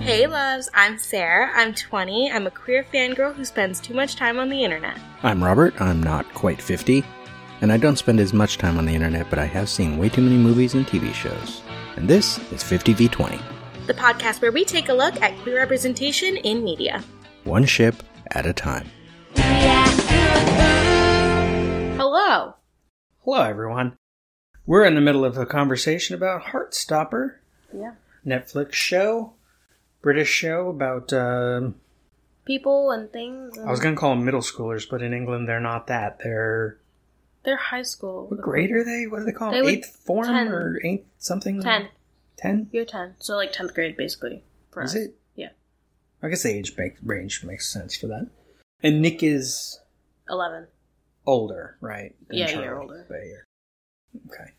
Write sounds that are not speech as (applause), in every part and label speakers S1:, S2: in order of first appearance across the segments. S1: Hey loves, I'm Sarah. I'm 20. I'm a queer fangirl who spends too much time on the internet.
S2: I'm Robert. I'm not quite 50. And I don't spend as much time on the internet, but I have seen way too many movies and TV shows. And this is 50v20.
S1: The podcast where we take a look at queer representation in media.
S2: One ship at a time.
S1: Hello.
S3: Hello, everyone. We're in the middle of a conversation about Heartstopper.
S1: Yeah.
S3: Netflix show, British show about, um
S1: People and things.
S3: I was going to call them middle schoolers, but in England they're not that. They're,
S1: They're high school.
S3: what grade are they? What do they call
S1: They
S3: them?
S1: would-
S3: Eighth form
S1: ten.
S3: or eighth something?
S1: 10.
S3: Ten?
S1: You're 10. So like 10th grade basically. For
S3: Is
S1: us.
S3: it?
S1: Yeah.
S3: I guess the age make, range makes sense for that. And Nick is
S1: 11.
S3: older, right? than
S1: Yeah, a year
S3: Charlie,
S1: older.
S3: by a year.
S1: (laughs)
S3: Okay.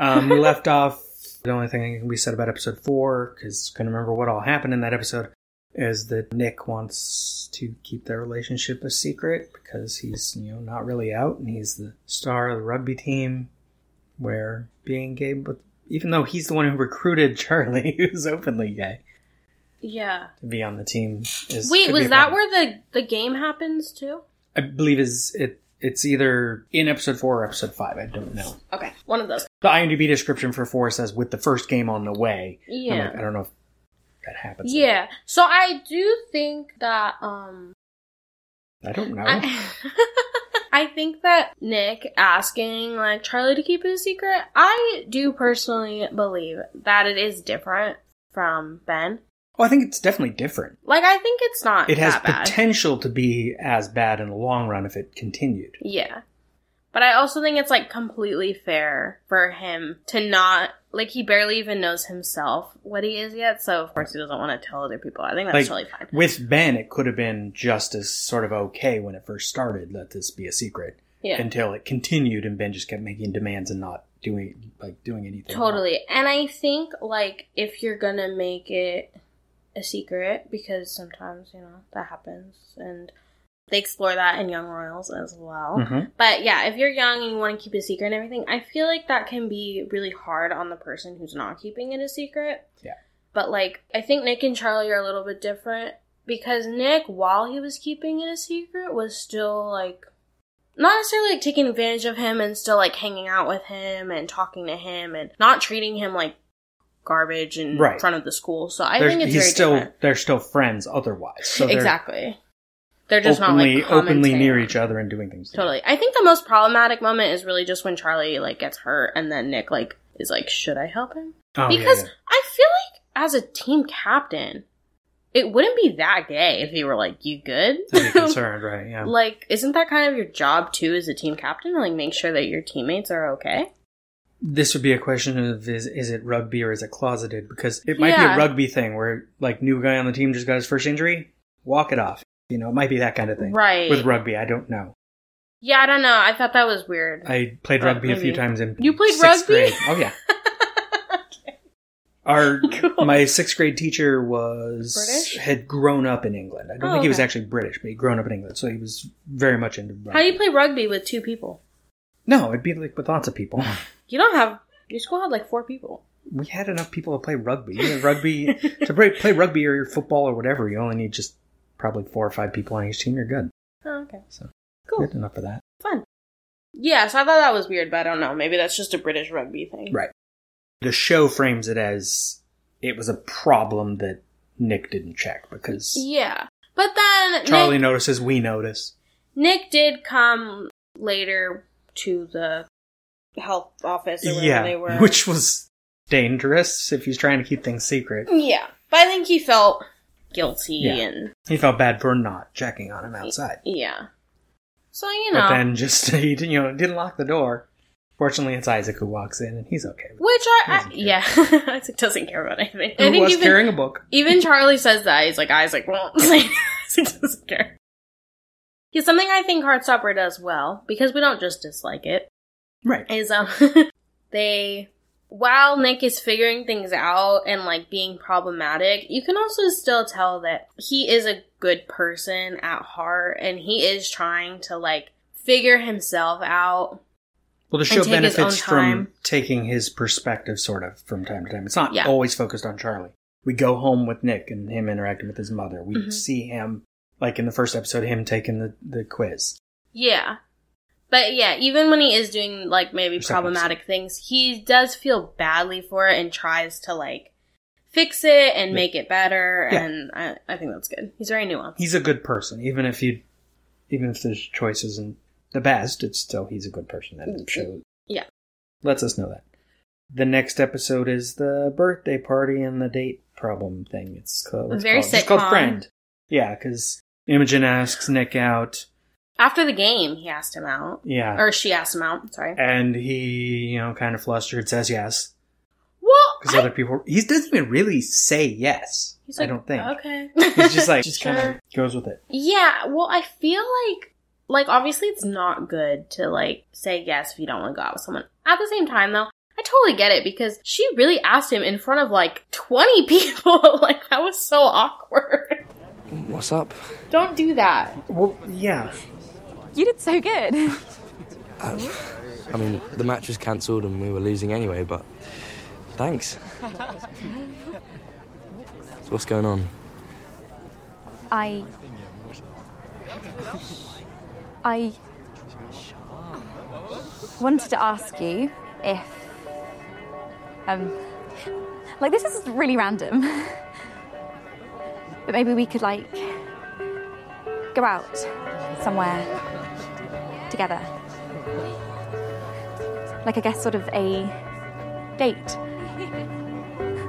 S3: Um, we left off. The only thing we said about episode four, because couldn't remember what all happened in that episode, is that Nick wants to keep their relationship a secret because he's you know not really out, and he's the star of the rugby team. Where being gay, but even though he's the one who recruited Charlie, (laughs) who's openly gay,
S1: Yeah.
S3: to be on the team, is
S1: Wait,
S3: could be
S1: was
S3: a
S1: that
S3: problem.
S1: where the, the game happens too?
S3: I believe is it? It's either in episode four or episode five. I don't know.
S1: Okay. One of those.
S3: the IMDb description for four says with the first game on the way. I'm
S1: Yeah.
S3: like, I don't know if that happens.
S1: Yeah. So I do think that, um,
S3: I don't know.
S1: I, (laughs) I think that Nick asking like Charlie to keep it a secret, I do personally believe that it is different from Ben.
S3: well, I think it's definitely different.
S1: Like I think it's not
S3: It has
S1: that bad.
S3: potential to be as bad in the long run if it continued.
S1: yeah. But I also think it's like completely fair for him to not like he barely even knows himself what he is yet, so of course he doesn't want to tell other people. I think that's
S3: Like,
S1: totally fine.
S3: With Ben, it could have been just as sort of okay when it first started, let this be a secret,
S1: Yeah.
S3: until it continued and Ben just kept making demands and not doing like doing anything.
S1: Totally. And I think, like, if you're gonna make it a secret, because sometimes, you know, that happens, and they explore that in Young Royals as well.
S3: Mhm.
S1: But yeah, if you're young and you wanna keep it a secret and everything, I feel like that can be really hard on the person who's not keeping it a secret.
S3: Yeah.
S1: But, like, I think Nick and Charlie are a little bit different because Nick, while he was keeping it a secret, was still, like, not necessarily like taking advantage of him and still like hanging out with him and talking to him and not treating him like garbage in
S3: Right.
S1: front of the school. So I
S3: They're-
S1: think it's
S3: he's
S1: very
S3: still
S1: different.
S3: they're still friends otherwise. So they're
S1: exactly. They're just
S3: openly
S1: not like
S3: openly
S1: commenting.
S3: near each other and doing things.
S1: Totally. I think the most problematic moment is really just when Charlie like gets hurt and then Nick like is like, should I help him?
S3: Oh, yeah,
S1: because
S3: yeah.
S1: I feel like as a team captain, it wouldn't be that gay if he were like, you good? (laughs)
S3: to be concerned, right? Yeah.
S1: like isn't that kind of your job too as a team captain like make sure that your teammates are okay
S3: This would be a question of is is it rugby or is it closeted? Because it might be
S1: Yeah.
S3: a rugby thing where like new guy on the team just got his first injury, walk it off. You know, it might be that kind of thing.
S1: right
S3: With rugby, I don't know.
S1: yeah i don't know i thought that was weird
S3: I played
S1: Uh,
S3: rugby a few
S1: maybe.
S3: times in
S1: You played
S3: sixth
S1: rugby?
S3: Grade. Oh yeah. Our
S1: (laughs) Cool.
S3: my sixth grade teacher was
S1: British?
S3: had grown up in England. I don't
S1: Oh,
S3: think he was
S1: okay.
S3: actually British, but he'd grown up in England, so he was very much into rugby.
S1: (laughs) how do you play rugby with two people
S3: no, it'd be like with lots of people. (laughs)
S1: you don't have your school had like four people
S3: we had enough people to play rugby. You know,
S1: (laughs)
S3: rugby to play, play rugby or football or whatever, you only need just probably four or five people on each team. You're good.
S1: oh, okay
S3: So
S1: cool
S3: good enough for that.
S1: fun yeah so i thought that was weird but i don't know maybe that's just a british rugby thing
S3: Right. The show frames it as it was a problem that Nick didn't check because
S1: yeah but then
S3: Charlie
S1: nick,
S3: notices we notice.
S1: nick did come later to the health office or wherever they were
S3: Yeah, which was dangerous if he's trying to keep things secret.
S1: yeah but i think he felt guilty
S3: Yeah.
S1: and
S3: He felt bad for not checking on him outside.
S1: Yeah. So you know,
S3: But then just (laughs) he didn't, you know didn't lock the door. Fortunately, it's Isaac who walks in and he's okay. with it.
S1: which I, I
S3: Doesn't care.
S1: yeah, (laughs) Isaac doesn't care about anything. I
S3: Who
S1: think
S3: was
S1: even
S3: carrying a book?
S1: even Charlie says that he's like Isaac won't. (laughs) Isaac doesn't care. Yeah, something I think Heartstopper does well because we don't just dislike it
S3: Right.
S1: is um (laughs) they while Nick is figuring things out and like being problematic, you can also still tell that he is a good person at heart and he is trying to like figure himself out
S3: Well, the show
S1: take his own
S3: benefits from
S1: time.
S3: taking his perspective, sort of, from time to time. It's not
S1: Yeah.
S3: always focused on Charlie. we go home with Nick and him interacting with his mother. We
S1: Mhm.
S3: see him like in the first episode, him taking the, the quiz.
S1: Yeah. But yeah, even when he is doing like maybe
S3: Second
S1: problematic things, he does feel badly for it and tries to like fix it and
S3: Yeah.
S1: make it better.
S3: Yeah.
S1: And I, I think that's good. He's very nuanced.
S3: He's a good person, even if you even if his choice isn't the best, it's still he's a good person.
S1: Mm-hmm.
S3: That shows.
S1: Yeah.
S3: lets us know that. The next episode is the birthday party and the date problem thing. It's called, it's
S1: Very
S3: called, It's called
S1: sitcom.
S3: friend. Yeah, because Imogen asks Nick out.
S1: After the game, he asked him out,
S3: Yeah,
S1: or she asked him out. Sorry.
S3: and he you know kind of flustered says yes
S1: Well,
S3: because
S1: I-
S3: other people he doesn't even really say yes
S1: he's like,
S3: i don't think
S1: Okay.
S3: he's just
S1: (laughs)
S3: like just kind
S1: Sure.
S3: of goes with it
S1: Yeah. Well, I feel like like obviously it's not good to like say yes if you don't want to go out with someone. At the same time, though, I totally get it because she really asked him in front of like twenty (laughs) people. like that was so awkward. (laughs)
S4: What's up?
S1: Don't do that.
S3: well yeah
S5: (laughs) You did so good.
S4: I mean, the match was cancelled and we were losing anyway, but thanks. so what's going on?
S5: I. I. wanted to ask you if. Um. Like, this is really random. (laughs) But maybe we could, like. go out somewhere together. Like, I guess, sort of a date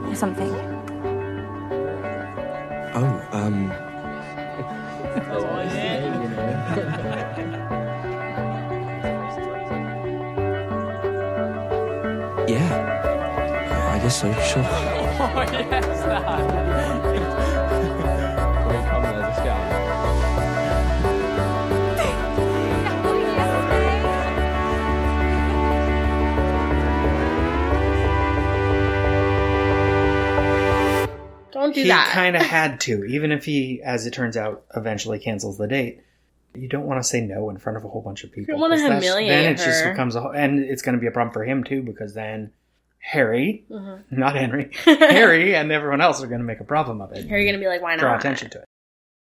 S5: or something.
S4: Oh, um. yeah. I guess so, sure.
S1: Don't do
S3: he
S1: that.
S3: kind
S1: (laughs)
S3: of had to even if he as it turns out eventually cancels the date you don't want to say no in front of a whole bunch of people.
S1: don't wanna
S3: 'cause that's-
S1: humiliate
S3: Then it just
S1: her.
S3: becomes a whole- and it's going to be a problem for him too because then Harry,
S1: Mhm.
S3: (laughs) not
S1: (laughs)
S3: Henry, Harry and everyone else are going to make a problem of
S1: Here
S3: it.
S1: you're gonna be like, why not?
S3: Draw attention to it.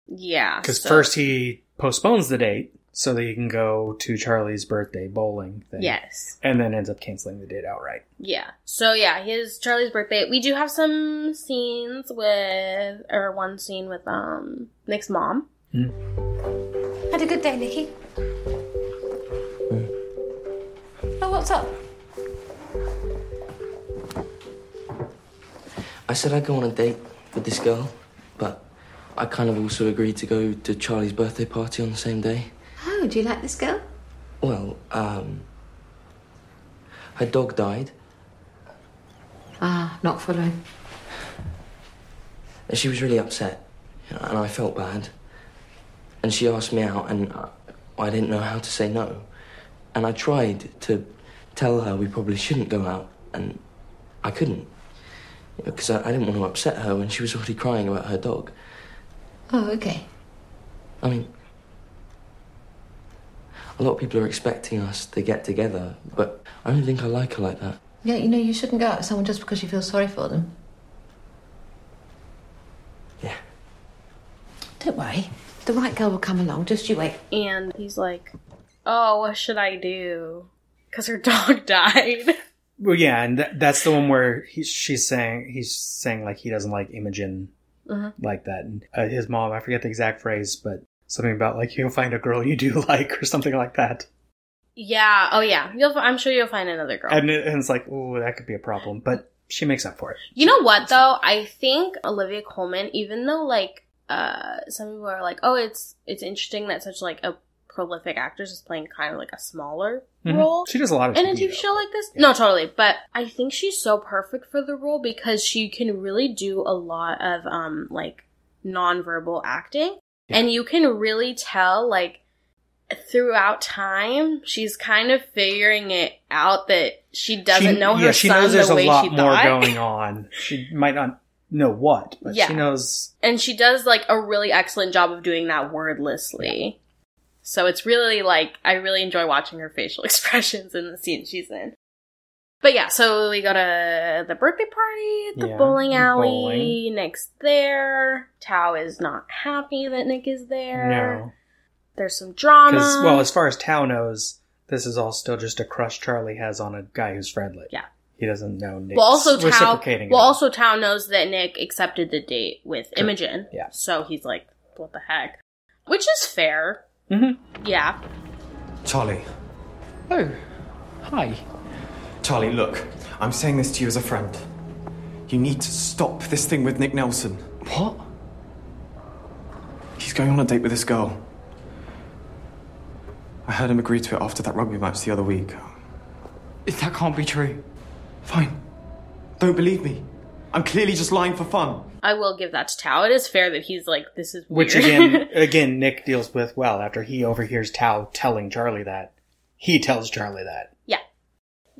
S1: Yeah.
S3: Because
S1: so-
S3: first he postpones the date so that he can go to Charlie's birthday bowling thing.
S1: Yes.
S3: And then ends up canceling the date outright.
S1: Yeah. So yeah, his Charlie's birthday. We do have some scenes with, or one scene with um Nick's mom.
S6: Had a good day, Nikki.
S7: Hmm.
S6: Oh, what's up?
S4: I said I'd go on a date with this girl, but I kind of also agreed to go to Charlie's birthday party on the same day.
S6: Oh, do you like this girl?
S4: Well, um. Her dog died,
S6: Ah, not following.
S4: and she was really upset, you know, and I felt bad. And she asked me out, and I, I didn't know how to say no. And I tried to tell her we probably shouldn't go out, and I couldn't. Because I, I didn't want to upset her when she was already crying about her dog.
S6: Oh, okay.
S4: I mean, a lot of people are expecting us to get together, but I don't think I like her like that.
S6: Yeah, you know, you shouldn't go out with someone just because you feel sorry for them.
S4: Yeah.
S6: Don't worry. The right girl will come along. Just you wait.
S1: and he's like, "Oh, what should I do?" Because her (laughs) dog died.
S3: Well, yeah, and that, that's the one where he, she's saying, he's saying like he doesn't like Imogen
S1: Mhm.
S3: like that. And uh, his mom, I forget the exact phrase, but something about like you'll find a girl you do (laughs) like or something like that.
S1: yeah. Oh, yeah. You'll. fi- I'm sure you'll find another girl.
S3: And, it, and it's like, oh, that could be a problem, but she makes up for it.
S1: you know what though? I think Olivia Coleman, even though like uh some people are like, "Oh, it's it's interesting that such like a prolific actress is playing kind of like a smaller
S3: Mhm.
S1: role."
S3: She does a lot of
S1: in a
S3: TV,
S1: TV
S3: though.
S1: show like this? No, totally. But I think she's so perfect for the role because she can really do a lot of um like nonverbal acting. And you can really tell like throughout time she's kind of figuring it out that she doesn't
S3: She-
S1: know her
S3: yeah, she
S1: son
S3: knows there's
S1: the way
S3: a lot
S1: she
S3: more
S1: thought.
S3: going on. She might not know what, but
S1: Yeah.
S3: she knows
S1: and she does like a really excellent job of doing that wordlessly. (laughs) So it's really like I really enjoy watching her facial expressions in the scenes she's in. But yeah, so we go to the birthday party at the
S3: Yeah,
S1: bowling
S3: the
S1: alley.
S3: bowling.
S1: Nick's there. Tao is not happy that Nick is there.
S3: No.
S1: There's some drama.
S3: Because, well, as far as Tao knows, this is all still just a crush Charlie has on a guy who's friendly.
S1: Yeah.
S3: He doesn't know Nick's
S1: well, also Tao.
S3: reciprocating it.
S1: Well, also Tao knows that Nick accepted the date with Imogen.
S3: Yeah.
S1: So he's like, "What the heck?" Which is fair.
S3: Mhm.
S1: Yeah.
S8: Charlie,
S9: Oh, hi.
S8: Charlie, look. I'm saying this to you as a friend. You need to stop this thing with Nick Nelson.
S9: What?
S8: He's going on a date with this girl. I heard him agree to it after that rugby match the other week.
S9: That can't be true.
S8: Fine. Don't believe me. I'm clearly just lying for fun.
S1: I will give that to Tao. It is fair that he's like, "This is
S3: Which
S1: weird." (laughs)
S3: again, again, Nick deals with well after he overhears Tao telling Charlie that. He tells Charlie that.
S1: yeah.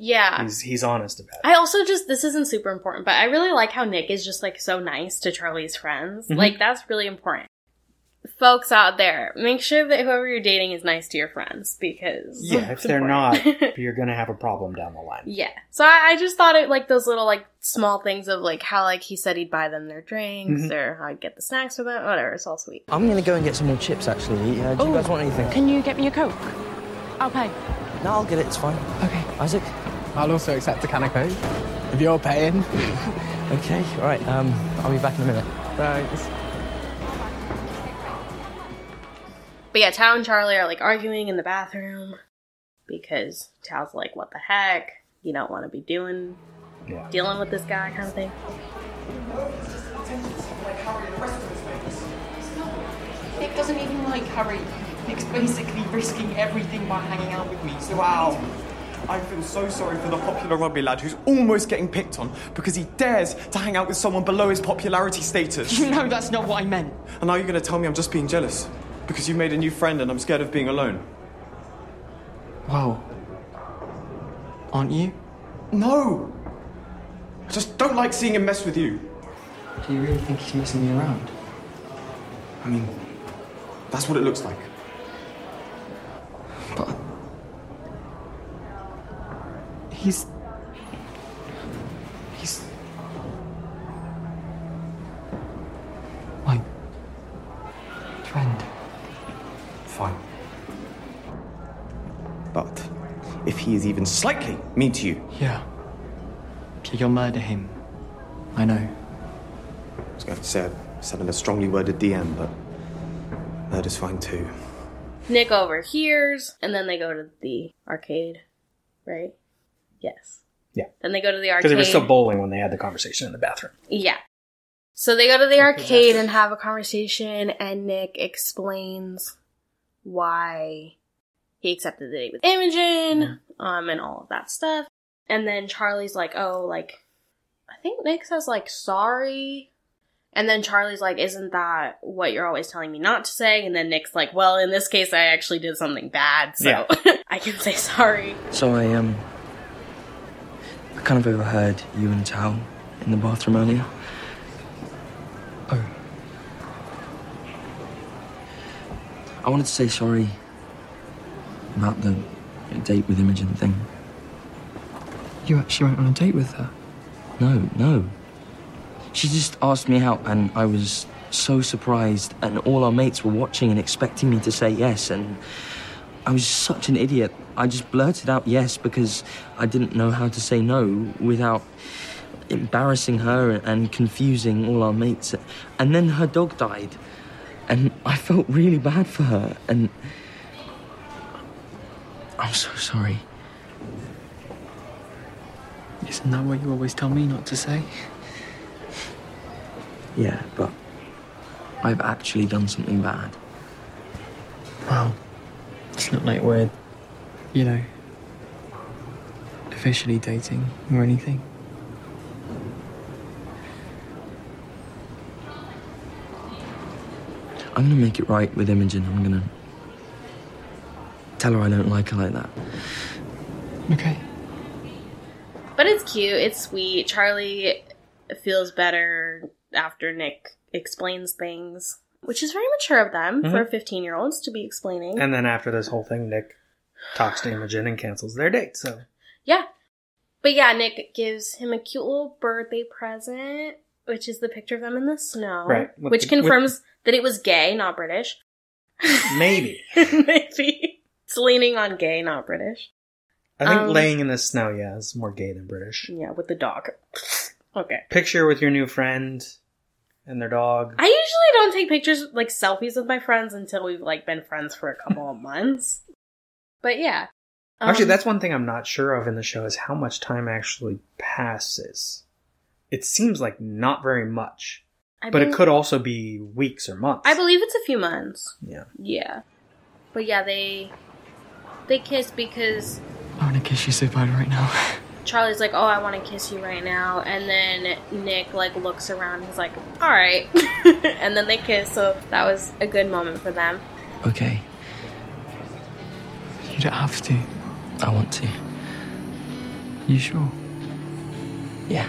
S1: Yeah.
S3: He's, he's honest about it.
S1: I also just this isn't super important, but I really like how Nick is just like so nice to Charlie's friends.
S3: Mm-hmm.
S1: Like that's really important. Folks out there, make sure that whoever you're dating is nice to your friends because (laughs)
S3: yeah, if
S1: it's
S3: they're
S1: important. (laughs)
S3: not, you're going to have a problem down the line.
S1: yeah. So I, I just thought it like those little like small things of like how like he said he'd buy them their drinks
S3: Mm-hmm.
S1: or how I'd get the snacks for them, whatever. It's all sweet.
S4: I'm gonna go and get some more chips actually. Uh, do you guys want anything?
S6: Can you get me a Coke? I'll pay.
S4: No, I'll get it, it's fine.
S9: Okay.
S4: Isaac?
S9: I'll also accept a can of Coke. If you're paying.
S4: Okay, alright, um, I'll be back in a minute.
S9: Thanks.
S1: But yeah, Tao and Charlie are like arguing in the bathroom because Tao's like, "What the heck? You don't want to be doing,
S3: Yeah.
S1: dealing with this guy," kind of thing.
S10: Nick doesn't even like Harry. Nick's basically risking everything by hanging out with me. So wow.
S8: I feel so sorry for the popular rugby lad who's almost getting picked on because he dares to hang out with someone below his popularity status.
S10: (laughs) You know that's not what I meant.
S8: and now you're going to tell me I'm just being jealous because you made a new friend and I'm scared of being alone.
S9: Wow. Aren't you?
S8: No! I just don't like seeing him mess with you.
S4: Do you really think he's messing me around?
S8: I mean, that's what it looks like.
S9: But. He's. He's. My. Friend.
S8: Fine. But if he is even slightly mean to you,
S9: Yeah. You'll murder him. I know.
S8: I was going to say I sent him a strongly worded DM, but that is fine too.
S1: Nick overhears, and then they go to the arcade, right? Yes.
S3: Yeah.
S1: Then they go to the arcade.
S3: Because they were still bowling when they had the conversation in the bathroom.
S1: yeah. So they go to the arcade and have a conversation, and Nick explains why he accepted the date with Imogen, um, and all of that stuff. And then Charlie's like, "Oh, like, I think Nick says like sorry." And then Charlie's like, "Isn't that what you're always telling me not to say?" And then Nick's like, "Well, in this case, I actually did something bad, so (laughs) I can say sorry."
S4: So I, um. I kind of overheard you and Tal in the bathroom earlier.
S9: Oh,
S4: I wanted to say sorry about the date with Imogen thing.
S9: you actually went on a date with her?
S4: No, no. She just asked me out, and I was so surprised, and all our mates were watching and expecting me to say yes, and I was such an idiot. I just blurted out yes because I didn't know how to say no without embarrassing her and confusing all our mates. And then her dog died, and I felt really bad for her, and I'm so sorry.
S9: Isn't that what you always tell me not to say?
S4: Yeah, but I've actually done something bad.
S9: Wow. It's not like we're, you know, officially dating or anything.
S4: I'm gonna make it right with Imogen. I'm gonna tell her I don't like her like that.
S9: Okay.
S1: But it's cute. It's sweet. Charlie feels better after Nick explains things, which is very mature of them for
S3: Mm-hmm.
S1: 15 year olds to be explaining.
S3: And then after this whole thing, Nick talks to Imogen and cancels their date. So
S1: yeah. But yeah, Nick gives him a cute little birthday present, which is the picture of them in the snow,
S3: Right, with
S1: which
S3: the- with-
S1: confirms that it was gay, not British. (laughs)
S3: Maybe.
S1: Maybe it's leaning on gay, not British.
S3: I think
S1: Um,
S3: laying in the snow, yeah, is more gay than British.
S1: Yeah, with the dog. (laughs) okay.
S3: Picture with your new friend and their dog.
S1: I usually don't take pictures like selfies with my friends until we've like been friends for a couple of months. But yeah.
S3: actually,
S1: Um,
S3: that's one thing I'm not sure of in the show is how much time actually passes. It seems like not very much,
S1: um, I
S3: but it
S1: believe-
S3: could also be weeks or months.
S1: I believe it's a few months.
S3: Yeah.
S1: Yeah. But yeah, they they kiss because
S9: I want to kiss you so bad right now.
S1: Charlie's like, "Oh, I want to kiss you right now," and then Nick like looks around. and He's like, "All right," (laughs) and then they kiss. So that was a good moment for them.
S4: Okay,
S9: You don't have to.
S4: I want to.
S9: You sure?
S4: Yeah.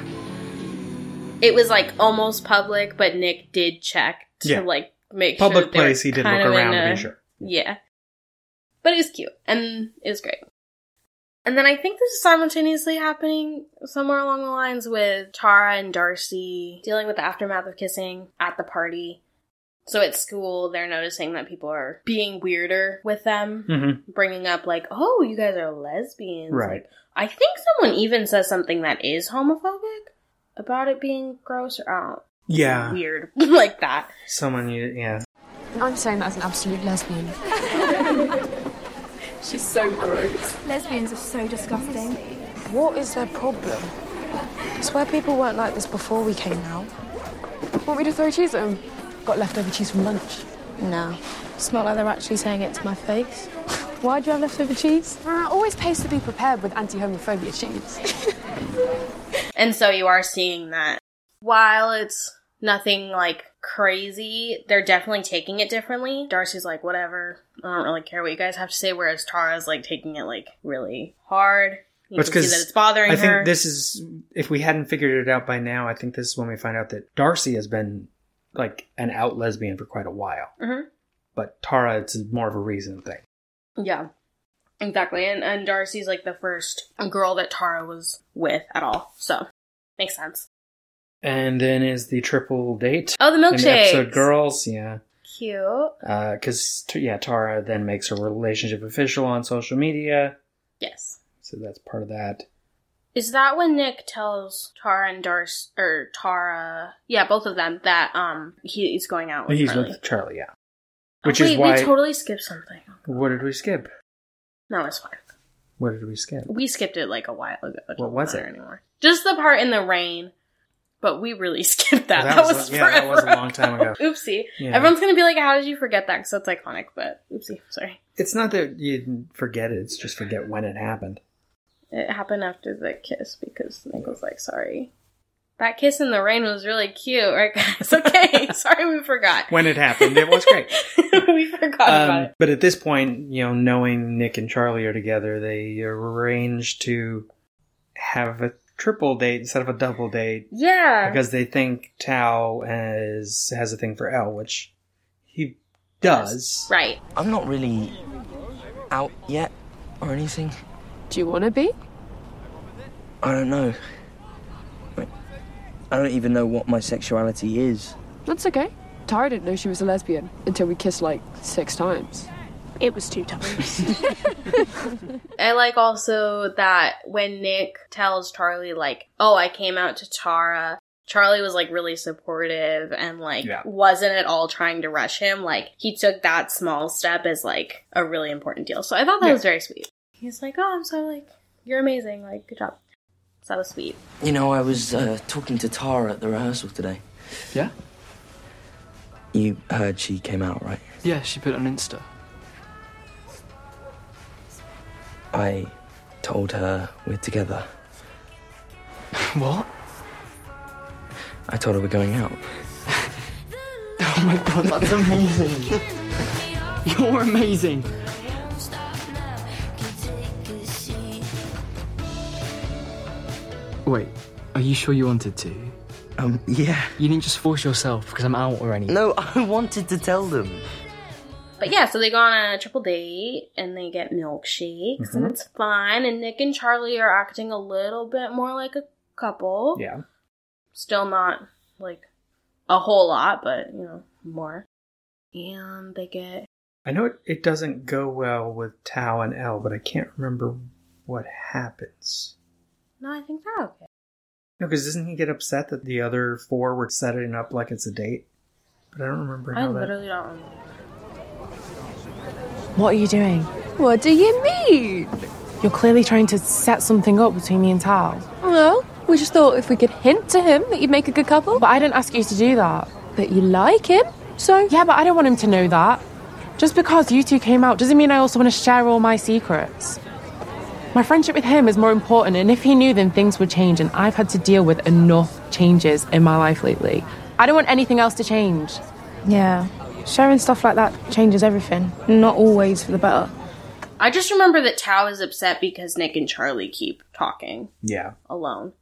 S1: It was like almost public, but Nick did check to
S3: Yeah.
S1: like make sure
S3: Public
S1: that they were
S3: place, he did look
S1: kind of in
S3: around to
S1: a-
S3: be sure.
S1: Yeah, but it was cute and it was great. And then I think this is simultaneously happening somewhere along the lines with Tara and Darcy dealing with the aftermath of kissing at the party. So at school, they're noticing that people are being weirder with them
S3: hmm
S1: bringing up like, "Oh, you guys are lesbians."
S3: Right.
S1: Like, I think someone even says something that is homophobic about it being gross or I don't-
S3: Yeah.
S1: weird (laughs) like that.
S3: Someone you, yeah.
S7: I'm saying that as an absolute lesbian.
S5: Lesbians are so disgusting.
S7: What is their problem? I swear people weren't like this before we came out. Want me to throw cheese at them? Got leftover cheese from lunch. No. It's not like they're actually saying it to my face. (laughs) Why do you have leftover cheese? always pays to be prepared with anti-homophobia cheese.
S1: And so you are seeing that. While it's nothing like crazy, they're definitely taking it differently. Darcy's like, "Whatever. I don't really care what you guys have to say," whereas Tara's like taking it like really hard. You
S3: That's
S1: can see
S3: 'cause
S1: that it's bothering
S3: I think
S1: her.
S3: this is if we hadn't figured it out by now, I think this is when we find out that Darcy has been like an out lesbian for quite a while.
S1: Mhm.
S3: But Tara, it's more of a reason thing.
S1: Yeah. Exactly. And and Darcy's like the first girl that Tara was with at all. So makes sense.
S3: And then is the triple date.
S1: Oh the
S3: in the
S1: milkshake.
S3: episode girls, yeah,
S1: Cute.
S3: because t yeah, Tara then makes her relationship official on social media,
S1: Yes.
S3: so that's part of that.
S1: Is that when Nick tells Tara and Darcy or Tara yeah, both of them that um he is going out with
S3: He's
S1: Carly.
S3: with Charlie, yeah.
S1: Oh,
S3: Which
S1: wait,
S3: is why.
S1: we totally skipped something.
S3: What did we skip?
S1: No, it's fine.
S3: What did we skip?
S1: We skipped it like a while ago. It doesn't
S3: was
S1: matter
S3: it?
S1: anymore? Just the part in the rain. But we really (laughs) skipped that.
S3: That
S1: That,
S3: was-
S1: was,
S3: yeah, that was a
S1: forever
S3: long time ago.
S1: (laughs) Oopsie.
S3: Yeah.
S1: Everyone's gonna be like, "How did you forget that?" Because that's iconic. But oopsie, sorry.
S3: It's not that you didn't forget it; it's just forget when it happened.
S1: It happened after the kiss because Nick was like, sorry. That kiss in the rain was really cute, right, guys? (laughs) Okay, sorry we forgot.
S3: When it happened, it was
S1: (laughs)
S3: great.
S1: we forgot about
S3: Um,
S1: it.
S3: but at this point, you know, knowing Nick and Charlie are together, they arrange to have a triple date instead of a double date
S1: Yeah.
S3: because they think Tao has has a thing for L, which he does.
S1: right.
S4: I'm not really out yet or anything.
S7: Do you want to be?
S4: I don't know. Like, I don't even know what my sexuality is.
S7: That's okay. Tara didn't know she was a lesbian until we kissed like six times. It was two times.
S1: I like also that when Nick tells Charlie, like, oh, I came out to Tara, Charlie was like really supportive and like
S3: Yeah.
S1: wasn't at all trying to rush him. Like, he took that small step as like a really important deal. So I thought that was very sweet. He's like, oh, I'm so like, you're amazing. Like, good job. So that was sweet.
S4: You know, I was uh, talking to Tara at the rehearsal today.
S9: Yeah?
S4: You heard she came out, right?
S9: Yeah, she put it on
S4: (laughs)
S9: Insta.
S4: I told her we're together.
S9: What?
S4: I told her we're going out.
S9: Oh my god, that's amazing. You're amazing. Wait, are you sure you wanted to?
S4: Um, yeah. Oh,
S9: You didn't just force yourself because I'm out or anything.
S4: No, I wanted to tell them.
S1: But yeah, so they go on a triple date and they get milkshakes and
S3: Mhm.
S1: it's fun. And Nick and Charlie are acting a little bit more like a couple.
S3: Yeah.
S1: Still not like a whole lot, but you know, more. And they get
S3: I know it, it doesn't go well with Tao and L, but I can't remember what happens.
S1: no, I think they're okay.
S3: No, because doesn't he get upset that the other four were setting up like it's a date? But I don't remember
S1: I
S3: how that.
S1: literally don't remember.
S11: What are you doing?
S12: What do you mean?
S11: You're clearly trying to set something up between me and Tal.
S12: Well, we just thought if we could hint to him that you'd make a good couple. But
S11: I didn't ask you to do that.
S12: But you like him, so.
S11: Yeah, but I don't want him to know that. Just because you two came out doesn't mean I also want to share all my secrets. My friendship with him is more important, and if he knew, then things would change, and I've had to deal with enough changes in my life lately. I don't want anything else to change.
S7: Yeah. Sharing stuff like that changes everything. Not always for the better.
S1: I just remember that Tao is upset because Nick and Charlie keep talking
S3: Yeah.
S1: alone.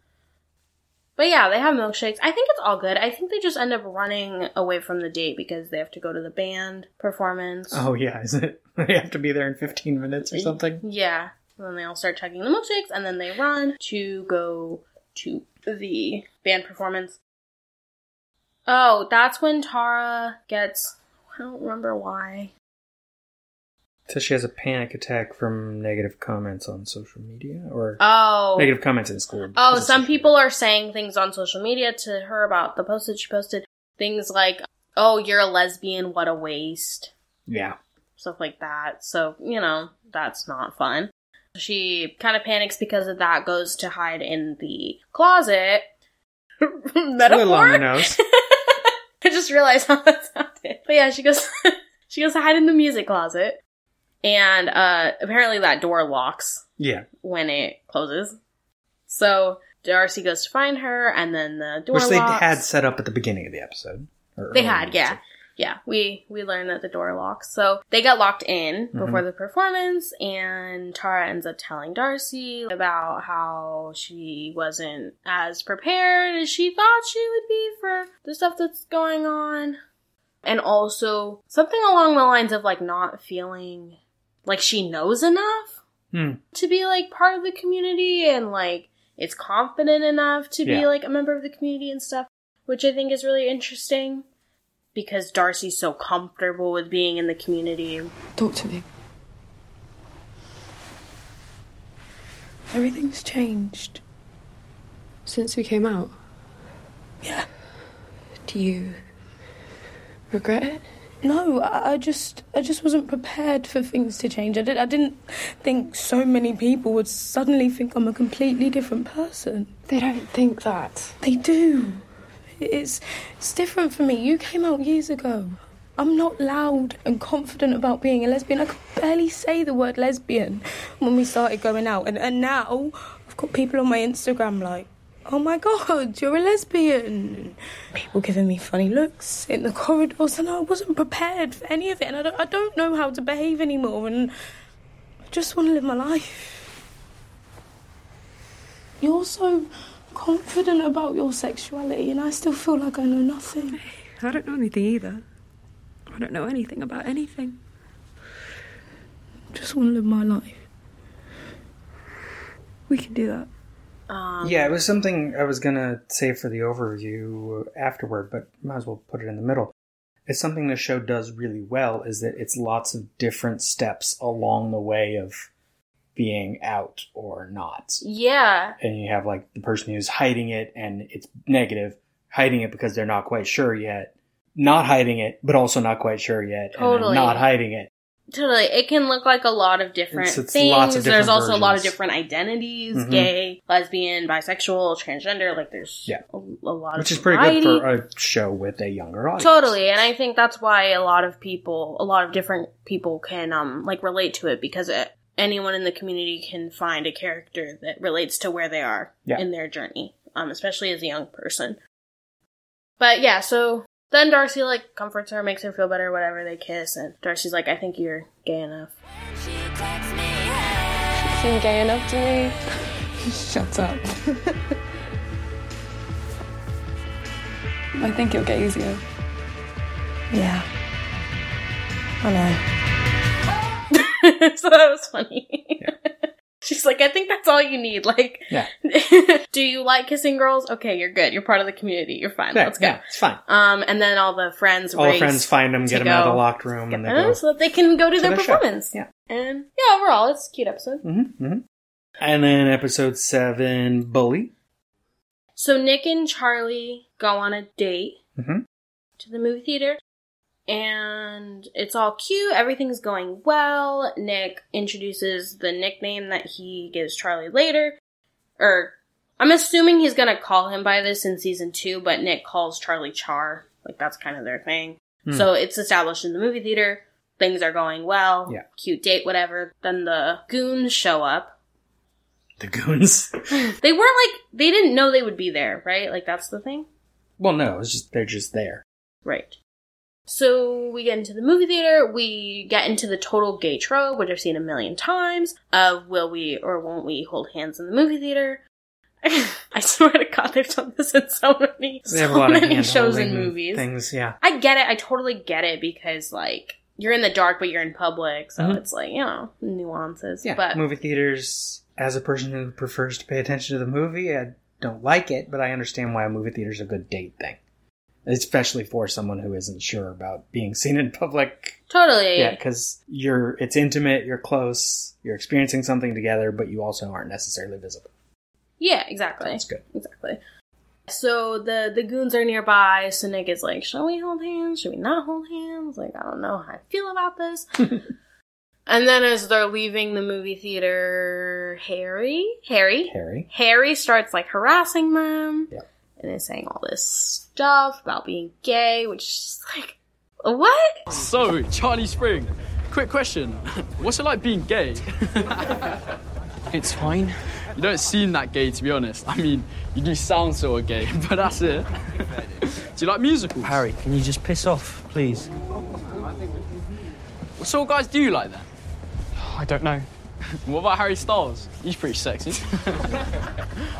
S1: But yeah, they have milkshakes. I think it's all good. I think they just end up running away from the date because they have to go to the band performance.
S3: Oh yeah, is it? (laughs) They have to be there in fifteen minutes or something.
S1: Yeah. And then they all start chugging the milkshakes and then they run to go to the band performance. Oh, that's when Tara gets I don't remember why.
S3: So she has a panic attack from negative comments on social media, or
S1: Oh.
S3: negative comments in school.
S1: Oh, some people are saying things on social media to her about the post that she posted. Things like, oh, you're a lesbian, what a waste.
S3: Yeah.
S1: Stuff like that. So, you know, that's not fun. She kind of panics because of that, goes to hide in the closet. (laughs)
S3: Little on
S1: Metaphor?
S3: the nose.
S1: (laughs) I just realized how that sounded. But yeah, she goes, (laughs) she goes to hide in the music closet. And uh, apparently that door locks
S3: Yeah.
S1: when it closes. So Darcy goes to find her, and then the door
S3: Which they
S1: locks.
S3: had set up at the beginning of the episode. or
S1: They
S3: early
S1: had,
S3: on.
S1: yeah, yeah. We we learned that the door locks, so they got locked in before
S3: Mhm.
S1: the performance, and Tara ends up telling Darcy about how she wasn't as prepared as she thought she would be for the stuff that's going on, and also something along the lines of like not feeling like she knows enough
S3: Hmm.
S1: to be like part of the community and like is confident enough to be
S3: Yeah.
S1: like a member of the community and stuff, which I think is really interesting because Darcy's so comfortable with being in the community.
S7: Talk to me. Everything's changed.
S12: Since we came out? Yeah. Do you regret it?
S7: No, I, I just I just wasn't prepared for things to change. I, did, I didn't think so many people would suddenly think I'm a completely different person. They don't think that. They do. It's it's different for me. You came out years ago. I'm not loud and confident about being a lesbian. I could barely say the word lesbian when we started going out. And, and now I've got people on my Instagram like, oh my god, you're a lesbian. People giving me funny looks in the corridors, and I wasn't prepared for any of it. And I don't, I don't know how to behave anymore. And I just want to live my life. You're so confident about your sexuality, and I still feel like I know nothing.
S12: I don't know anything either. I don't know anything about anything.
S7: Just want to live my life.
S12: We can do that.
S1: Um,
S3: Yeah, it was something I was gonna save for the overview afterward, but might as well put it in the middle. It's something the show does really well is that it's lots of different steps along the way of being out or not.
S1: Yeah.
S3: And you have like the person who's hiding it and it's negative, hiding it because they're not quite sure yet, not hiding it, but also not quite sure yet, and then
S1: Totally.
S3: not hiding it.
S1: Totally. It can look like a lot of different
S3: It's- it's
S1: things.
S3: lots of
S1: there's
S3: different
S1: also a lot of
S3: versions.
S1: different identities
S3: Mhm.
S1: gay, lesbian, bisexual, transgender. Like, there's
S3: Yeah.
S1: a, a lot
S3: Which
S1: of
S3: is pretty good
S1: variety.
S3: for uh, a show with a younger audience.
S1: Totally, and I think that's why a lot of people, a lot of different people can um like relate to it because it, anyone in the community can find a character that relates to where they are
S12: Yeah.
S1: in their journey, um especially as a young person. But yeah, so then Darcy like comforts her, makes her feel better, whatever. They kiss, and Darcy's like, "I think you're gay enough."
S12: Seem gay enough to me.
S7: Shut up.
S12: I think it'll get easier.
S7: Yeah. I know.
S1: (laughs) so that was funny. (laughs) She's like, I think that's all you need. Like,
S3: Yeah.
S1: (laughs) do you like kissing girls? Okay, you're good. You're part of the community. You're fine.
S3: Yeah,
S1: Let's go.
S3: yeah, it's fine.
S1: Um, and then all the friends,
S3: All the
S1: race
S3: friends find them,
S1: to
S3: get them out of
S1: go
S3: the locked room, and they
S1: them
S3: go.
S1: so that they can go do
S3: to
S1: their
S3: the show.
S1: performance. Yeah. And yeah, overall, it's a cute episode.
S3: Mhm. And then episode seven, bully.
S1: So Nick and Charlie go on a date
S3: Mm-hmm.
S1: to the movie theater. And it's all cute. Everything's going well. Nick introduces the nickname that he gives Charlie later. Or, I'm assuming he's gonna call him by this in season two, but Nick calls Charlie Char. Like, that's kind of their thing.
S13: Hmm.
S1: So it's established in the movie theater. Things are going well.
S3: Yeah.
S1: Cute date, whatever. Then the goons show up.
S3: The goons. (laughs)
S1: They weren't like, they didn't know they would be there, right? Like, that's the thing.
S3: Well, no, it's just they're just there.
S1: Right. So we get into the movie theater, we get into the total gay trope, which I've seen a million times, of will we or won't we hold hands in the movie theater. (laughs) I swear to God, they've done this in so many,
S3: They have a
S1: so
S3: lot of
S1: many shows
S3: hand-holding
S1: and movies.
S3: Things, yeah.
S1: I get it. I totally get it because, like, you're in the dark, but you're in public, so
S3: Mhm.
S1: it's like, you know, nuances.
S3: Yeah,
S1: but
S3: movie theaters. As a person who prefers to pay attention to the movie, I don't like it, but I understand why a movie theater is a good date thing, especially for someone who isn't sure about being seen in public.
S1: totally.
S3: Yeah, because you're it's intimate, you're close, you're experiencing something together, but you also aren't necessarily visible.
S1: Yeah, exactly.
S3: That's good.
S1: Exactly. So the the goons are nearby. So Nick is like, "Shall we hold hands? Should we not hold hands? Like, I don't know how I feel about
S3: (laughs)
S1: this." and then as they're leaving the movie theater, Harry, Harry,
S3: Harry.
S1: Harry starts like harassing them, and is saying all this stuff about being gay, which is just like, what?
S14: So, Charlie Spring, quick question. (laughs) What's it like being gay? (laughs) it's fine. You don't seem that gay, to be honest. I mean, you do sound sort of gay, (laughs) but that's it. do you like musicals? Harry, can you just piss off, please? What sort of guys do you like then? I don't know. (laughs) What about Harry Styles? He's pretty sexy.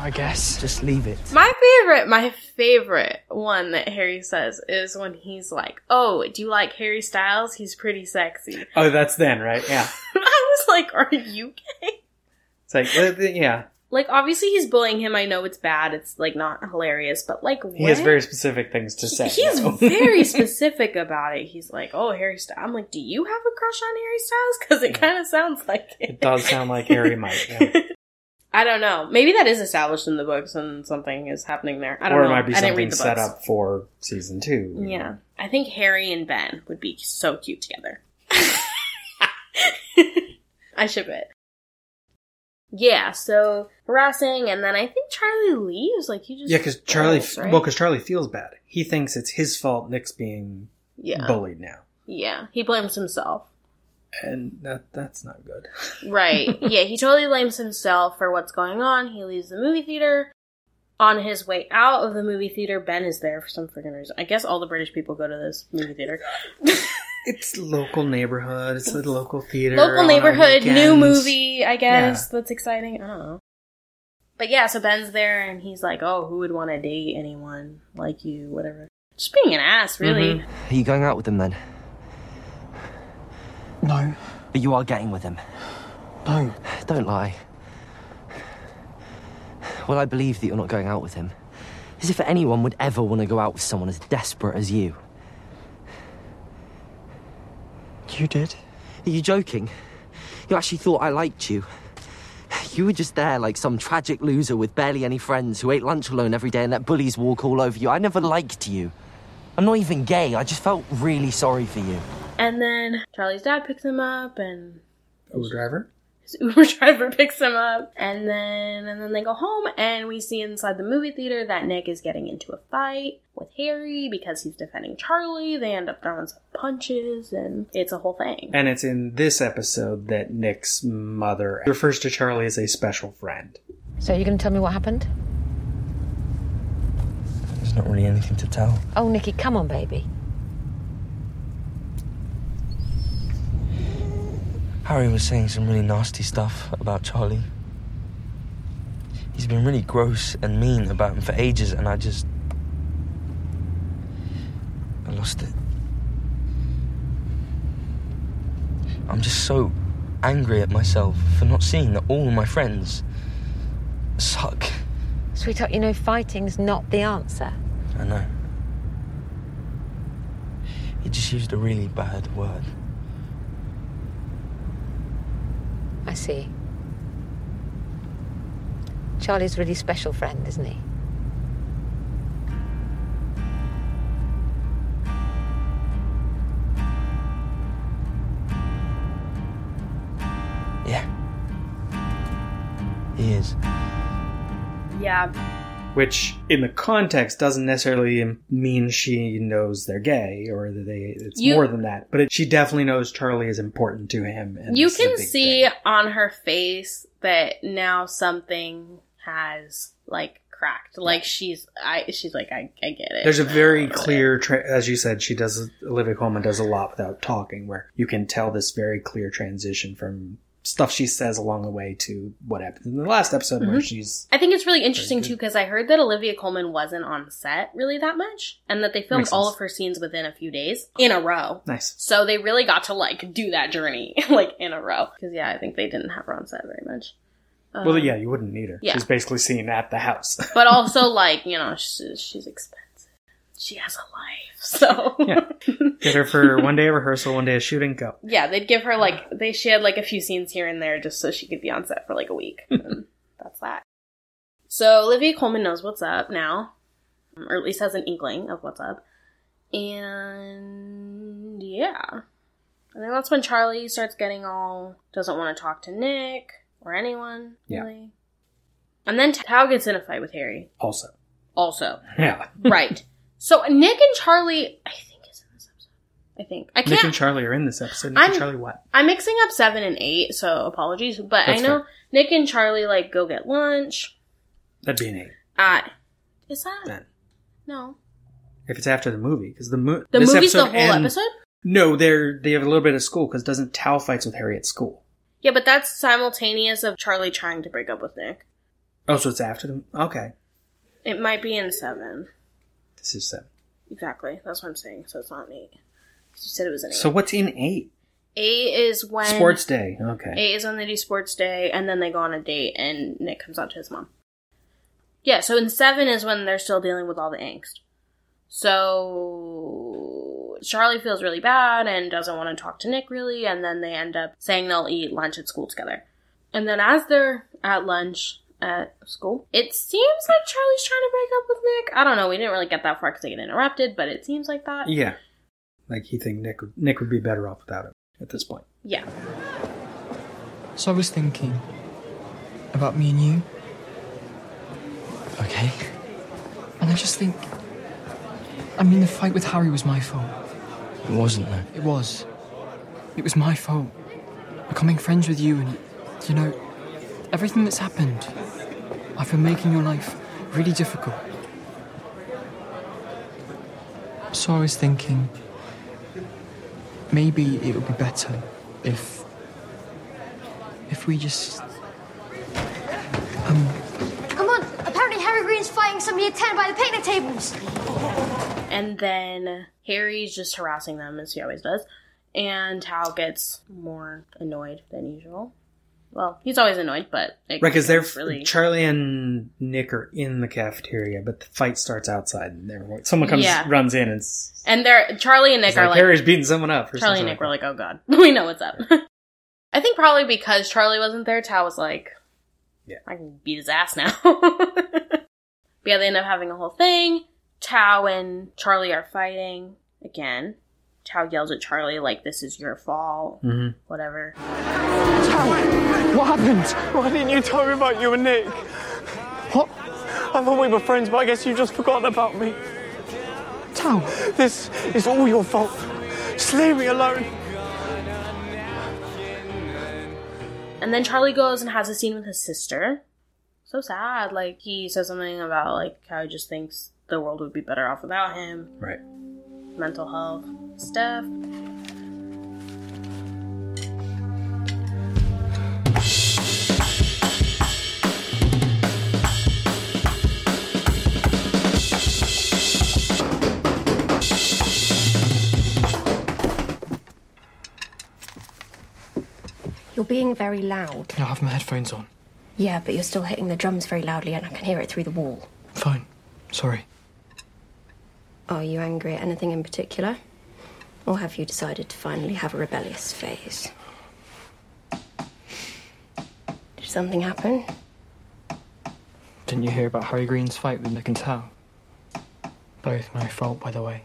S14: I guess. Just leave it.
S1: My favorite, my favorite one that Harry says is when he's like, "Oh, do you like Harry Styles? He's pretty sexy."
S3: Oh, that's then, right? Yeah.
S1: (laughs) I was like, "Are you?" gay?"
S3: It's like, uh, yeah.
S1: Like, obviously he's bullying him. I know it's bad. It's like not hilarious, but like, what?
S3: He has very specific things to say.
S1: He's
S3: so.
S1: very specific about it. He's like, "Oh, Harry Styles." I'm like, "Do you have a crush on Harry Styles?" Because it kind of sounds like it.
S3: (laughs) It does sound like Harry might. Yeah.
S1: I don't know. Maybe that is established in the books, and something is happening there. (laughs) I don't
S3: or
S1: know.
S3: it might be
S1: I
S3: something
S1: didn't read the
S3: set
S1: books.
S3: up for season two.
S1: Yeah. I think Harry and Ben would be so cute
S3: (laughs)
S1: together. I ship it. Yeah, so harassing, and then I think Charlie leaves. Like, you just.
S3: Yeah, because Charlie,
S1: goes,
S3: well, 'cause well, because Charlie feels bad. He thinks it's his fault. Nick's being
S1: Yeah.
S3: bullied now,
S1: Yeah, he blames himself.
S3: and that that's not good. (laughs)
S1: Right. yeah, he totally blames himself for what's going on. He leaves the movie theater. On his way out of the movie theater, Ben is there for some freaking reason. I guess all the British people go to this movie theater. (laughs)
S3: It's local neighborhood. It's the local theater.
S1: Local
S3: on a
S1: neighborhood, new
S3: weekend.
S1: movie, I guess.
S3: Yeah.
S1: That's exciting. I don't know. But yeah, so Ben's there and he's like, oh, who would want to date anyone like you, whatever. Just being an ass, really.
S3: Mm-hmm.
S15: Are you going out with them then?
S12: No,
S15: But you are getting with them.
S12: no.
S15: Don't lie. Well, I believe that you're not going out with him. As if anyone would ever want to go out with someone as desperate as you.
S12: You did?
S15: Are you joking? You actually thought I liked you. You were just there like some tragic loser with barely any friends who ate lunch alone every day and let bullies walk all over you. I never liked you. I'm not even gay. I just felt really sorry for you.
S1: And then Charlie's dad picks him up and
S3: Uber driver.
S1: his (laughs) Uber driver picks him up. And then and then they go home and we see inside the movie theater that Nick is getting into a fight with Harry because he's defending Charlie. They end up throwing some punches and it's a whole thing.
S3: And it's in this episode that Nick's mother refers to Charlie as a special friend.
S6: So you're going to tell me what happened?
S4: There's not really anything to tell.
S6: Oh, Nikki, come on, baby.
S4: Harry was saying some really nasty stuff about Charlie. He's been really gross and mean about him for ages, and I just. I lost it. I'm just so angry at myself for not seeing that all my friends suck.
S6: Sweetheart, you know fighting's not the answer.
S4: I know. You just used a really bad word.
S6: I see. Charlie's a really special friend, isn't he?
S4: Yeah. He is.
S1: Yeah.
S3: Which, in the context, doesn't necessarily mean she knows they're gay or that they. It's
S1: You-
S3: more than that. But it, she definitely knows Charlie is important to him. And
S1: you
S3: this is a
S1: can
S3: big-
S1: see on her face that now something has like cracked. Like she's, I she's like, I, I get it.
S3: There's a very clear, tra- as you said, she does Olivia Coleman does a lot without talking, where you can tell this very clear transition from stuff she says along the way to what happened in the last episode, where
S1: Mhm.
S3: she's
S1: I think it's really interesting too because I heard that Olivia Coleman wasn't on set really that much, and that they filmed
S3: Makes
S1: all
S3: sense.
S1: of her scenes within a few days in a row.
S3: nice.
S1: So they really got to like do that journey (laughs) like in a row. Because yeah, I think they didn't have her on set very much.
S3: well,
S1: Um,
S3: yeah, you wouldn't need her.
S1: yeah.
S3: She's basically seen at the house. (laughs)
S1: but also (laughs) like you know she's, she's expensive. She has a life, so
S3: Get
S1: (laughs)
S3: her for one day of rehearsal, one day of shooting. Go.
S1: Yeah, they'd give her like they she had like a few scenes here and there just so she could be on set for like
S3: (laughs)
S1: a week. and that's that. So Olivia Coleman knows what's up now, um, or at least has an inkling of what's up. And yeah, and then that's when Charlie starts getting all doesn't want to talk to Nick or anyone
S3: Yeah.
S1: really. And then Tao gets in a fight with Harry.
S3: Also, (laughs)
S1: Also,
S3: yeah.
S1: right. So Nick and Charlie, I think is in this episode. I think I can't.
S3: Nick and Charlie are in this episode. Nick
S1: I'm-
S3: and Charlie, what?
S1: I'm mixing up seven and eight, so apologies. But
S3: That's
S1: I know
S3: fair.
S1: Nick and Charlie like go get lunch.
S3: That'd be an eight.
S1: Uh, is that
S3: Then.
S1: no?
S3: If it's after the movie, because the, mo-
S1: The
S3: this
S1: movie's the
S3: episode
S1: whole
S3: end-
S1: episode.
S3: No, they're they have a little bit of school because doesn't Tal fights with Harry at school?
S1: Yeah, but that's simultaneous of Charlie trying to break up with Nick.
S3: Oh, so it's after them. Okay,
S1: It might be in seven.
S3: this is seven.
S1: Exactly. That's what I'm saying. So it's not an eight. 'Cause You said it was an eight.
S3: So what's in eight?
S1: eight is when
S3: Sports day. Okay.
S1: Eight is when they do sports day, and then they go on a date, and Nick comes out to his mom. Yeah, so in seven is when they're still dealing with all the angst. So Charlie feels really bad and doesn't want to talk to Nick really, and then they end up saying they'll eat lunch at school together. And then as they're at lunch at school, it seems like Charlie's trying to break up with Nick. I don't know, we didn't really get that far because they get interrupted, but it seems like that.
S3: Yeah. Like he think Nick would- Nick would be better off without him at this point.
S1: Yeah.
S12: So I was thinking about me and you,
S4: Okay.
S12: and I just think. I mean, the fight with Harry was my fault.
S4: It wasn't though.
S12: It was. It was my fault. Becoming friends with you and, you know, everything that's happened. I've been making your life really difficult. So I was thinking maybe it would be better if. if we just.
S13: Come on, apparently Harry Green's fighting somebody at 10 by the picnic tables.
S1: And then Harry's just harassing them as he always does. And Hal gets more annoyed than usual. Well, he's always annoyed, but it
S3: Right, because they're
S1: gets really
S3: Charlie and Nick are in the cafeteria, but the fight starts outside, and everyone someone comes
S1: Yeah.
S3: runs in, and it's
S1: and they're Charlie and Nick
S3: like,
S1: are like
S3: Harry's beating someone up. Or
S1: Charlie
S3: something
S1: and Nick were like, oh god, (laughs) we know what's up. I think probably because Charlie wasn't there, Tal was like,
S3: yeah,
S1: I can beat his ass now. (laughs) but yeah, they end up having a whole thing. Tao and Charlie are fighting again. Tao yells at Charlie like, "This is your fault,"
S3: Mhm.
S1: whatever.
S16: What happened? Why didn't you tell me about you and Nick? What? I thought we were friends, but I guess you've just forgotten about me. Tom. This is all your fault. Just leave me alone.
S1: And then Charlie goes and has a scene with his sister. So sad. Like he says something about like how he just thinks the world would be better off without him.
S3: Right.
S1: Mental health stuff.
S17: You're being very loud.
S12: I have my headphones on.
S17: Yeah, but you're still hitting the drums very loudly and I can hear it through the wall.
S12: Fine. Sorry.
S17: Are you angry at anything in particular? Or have you decided to finally have a rebellious phase? Did something happen?
S12: Didn't you hear about Harry Green's fight with Nick and Tal? Both my fault, by the way.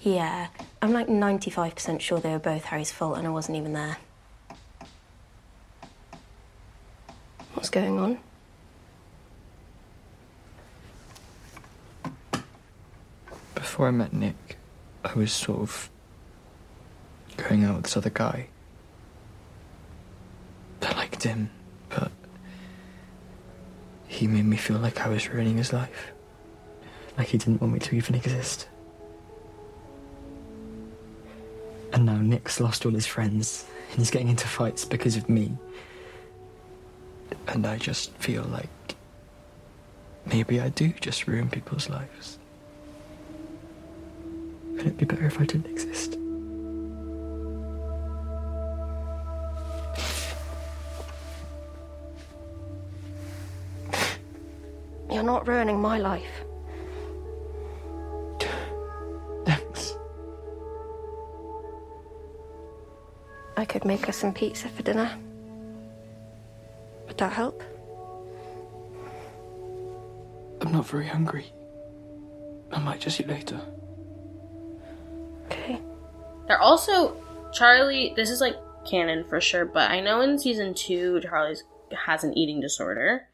S17: Yeah, I'm like 95% sure they were both Harry's fault and I wasn't even there. What's going on?
S12: Before I met Nick, I was sort of going out with this other guy. I liked him, but he made me feel like I was ruining his life. Like he didn't want me to even exist. And now Nick's lost all his friends, and he's getting into fights because of me. And I just feel like maybe I do just ruin people's lives. And it'd be better if I didn't exist.
S17: You're not ruining my life.
S12: Thanks.
S17: I could make us some pizza for dinner. Would that help?
S12: I'm not very hungry. I might just eat later.
S1: They're also Charlie. This is like canon for sure, but I know in season two, Charlie's has an eating disorder,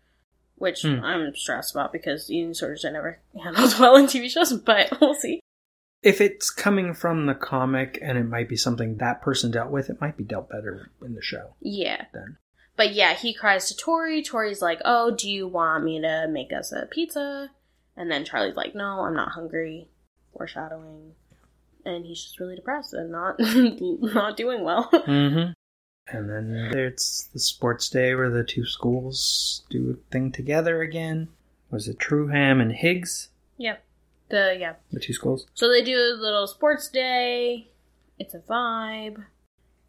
S1: which
S3: Hmm.
S1: I'm stressed about because eating disorders are never (laughs) handled well in TV shows. But we'll see.
S3: If it's coming from the comic and it might be something that person dealt with, it might be dealt better in the show.
S1: Yeah.
S3: Then.
S1: But yeah, he cries to Tori. Tori's like, "Oh, do you want me to make us a pizza?" And then Charlie's like, "No, I'm not hungry." Foreshadowing, and he's just really depressed and not (laughs) not doing well. (laughs)
S3: Mm-hmm. And then it's the sports day where the two schools do a thing together again. Was it Truham and Higgs?
S1: yeah. The yeah.
S3: The two schools?
S1: So they do a little sports day. It's a vibe.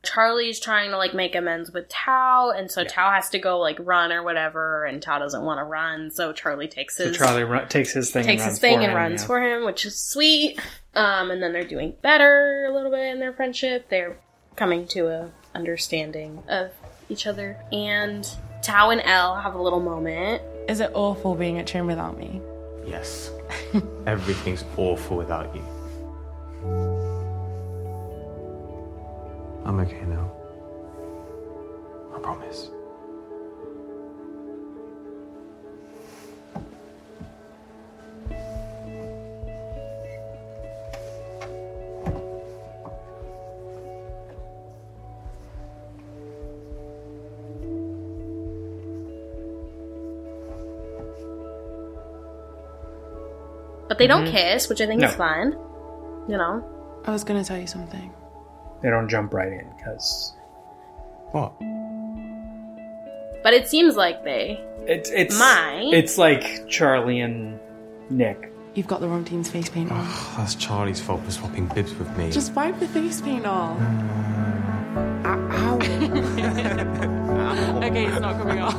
S1: Charlie's trying to like make amends with Tao, and so Tao has to go like run or whatever, and Tao doesn't want to run, so Charlie takes
S3: So
S1: his
S3: Charlie ru- takes his thing
S1: takes
S3: and runs
S1: his thing
S3: for
S1: and
S3: him,
S1: runs
S3: yeah.
S1: for him, which is sweet. Um, and then they're doing better a little bit in their friendship. They're coming to a understanding of each other, and Tao and Elle have a little moment.
S11: Is it awful being at Trim without me?
S18: Yes. (laughs) Everything's awful without you. I'm okay now. I promise.
S1: But they don't
S11: Mhm.
S1: kiss, which I think
S3: Mm-hmm. No.
S1: is fine. You know.
S11: I was gonna tell you something.
S3: They don't jump right in because. What?
S1: But it seems like they
S3: It's it's
S1: Mine?
S3: It's like Charlie and Nick.
S11: You've got the wrong team's face paint on.
S18: That's Charlie's fault for swapping bibs with me. Uh,
S11: Just wipe the face paint off. (laughs) okay, it's not coming off.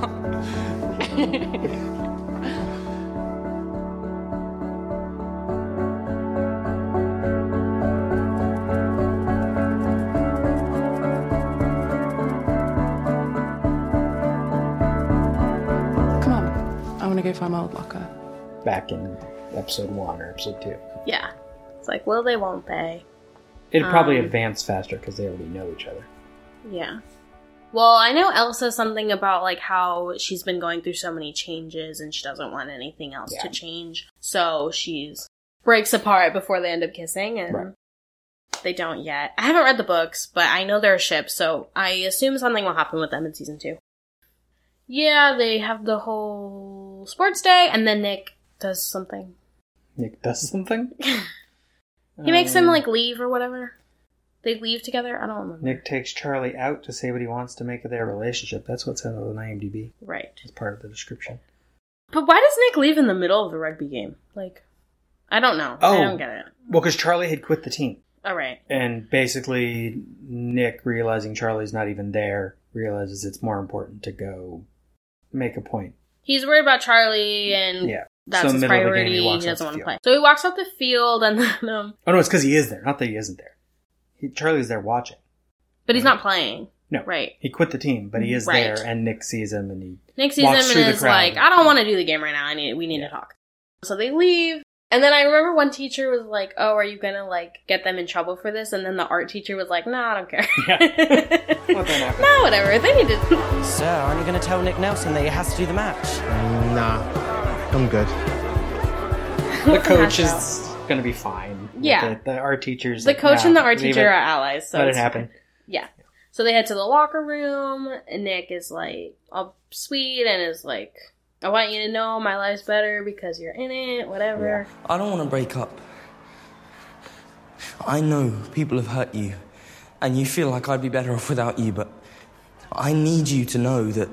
S11: Come on, I want to go find my old locker.
S3: Back in episode one or episode two,
S1: Yeah. It's like, will they, won't they?
S3: it'd probably
S1: Um,
S3: advance faster because they already know each other.
S1: Yeah. Well, I know Elsa something about like how she's been going through so many changes and she doesn't want anything else to change. So she's breaks apart before they end up kissing and
S19: Right.
S1: they don't yet. I haven't read the books, but I know they're a ship, so I assume something will happen with them in season 2. Yeah, they have the whole sports day and then Nick does something.
S3: Nick does something.
S1: (laughs) He makes him
S3: Um,
S1: like leave or whatever. They leave together. I don't remember.
S3: Nick takes Charlie out to say what he wants to make of their relationship. That's what's on IMDb.
S1: Right.
S3: It's part of the description.
S1: But why does Nick leave in the middle of the rugby game? Like, I don't know.
S3: Oh.
S1: I don't get it.
S3: Well, because Charlie had quit the team,
S1: All right.
S3: and basically Nick realizing Charlie's not even there realizes it's more important to go make a point.
S1: He's worried about Charlie, and
S3: Yeah.
S1: that's
S3: So
S1: his
S3: middle of the game, he
S1: priority. He,
S3: walks off the
S1: doesn't want to
S3: field.
S1: play. So he walks off the field, and (laughs) then, um,
S3: Oh no, it's because he is there, not that he isn't there. He, Charlie's there watching.
S1: but he's not playing.
S3: No,
S1: Right.
S3: He quit the team, but he is
S1: Right.
S3: there, and Nick sees him, and he
S1: Nick sees
S3: walks
S1: him
S3: through
S1: and
S3: the
S1: is
S3: crowd.
S1: like, "I don't want to do the game right now. I need. We need to talk." So they leave, and then I remember one teacher was like, "Oh, are you gonna like get them in trouble for this?" And then the art teacher was like, "No, I don't care. (laughs) no, whatever. They need to."
S19: Sir, aren't you going to tell Nick Nelson that he has to do the match?
S18: Nah, I'm good.
S3: the coach is going to be fine.
S1: Yeah.
S3: the, the art teachers.
S1: The coach and the art
S3: leave
S1: teacher
S3: it.
S1: are allies, so
S3: let it
S1: it's
S3: happen.
S1: Yeah. So they head to the locker room, and Nick is like all sweet and is like, I want you to know my life's better because you're in it, whatever.
S4: I don't want to break up. I know people have hurt you, and you feel like I'd be better off without you, but I need you to know that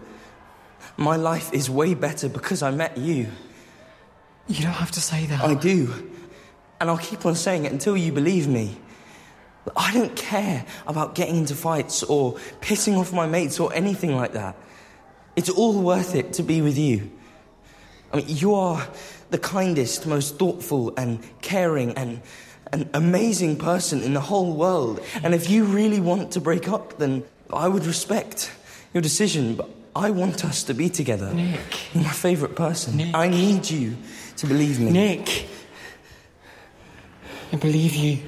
S4: my life is way better because I met you.
S12: You don't have to say that.
S4: I do. And I'll keep on saying it until you believe me. But I don't care about getting into fights or pissing off my mates or anything like that. It's all worth it to be with you. I mean, you are the kindest, most thoughtful, and caring, and an amazing person in the whole world. And if you really want to break up, then I would respect your decision. But I want us to be together. Nick. You're my favorite person. I need you to believe me. Nick.
S12: I believe you.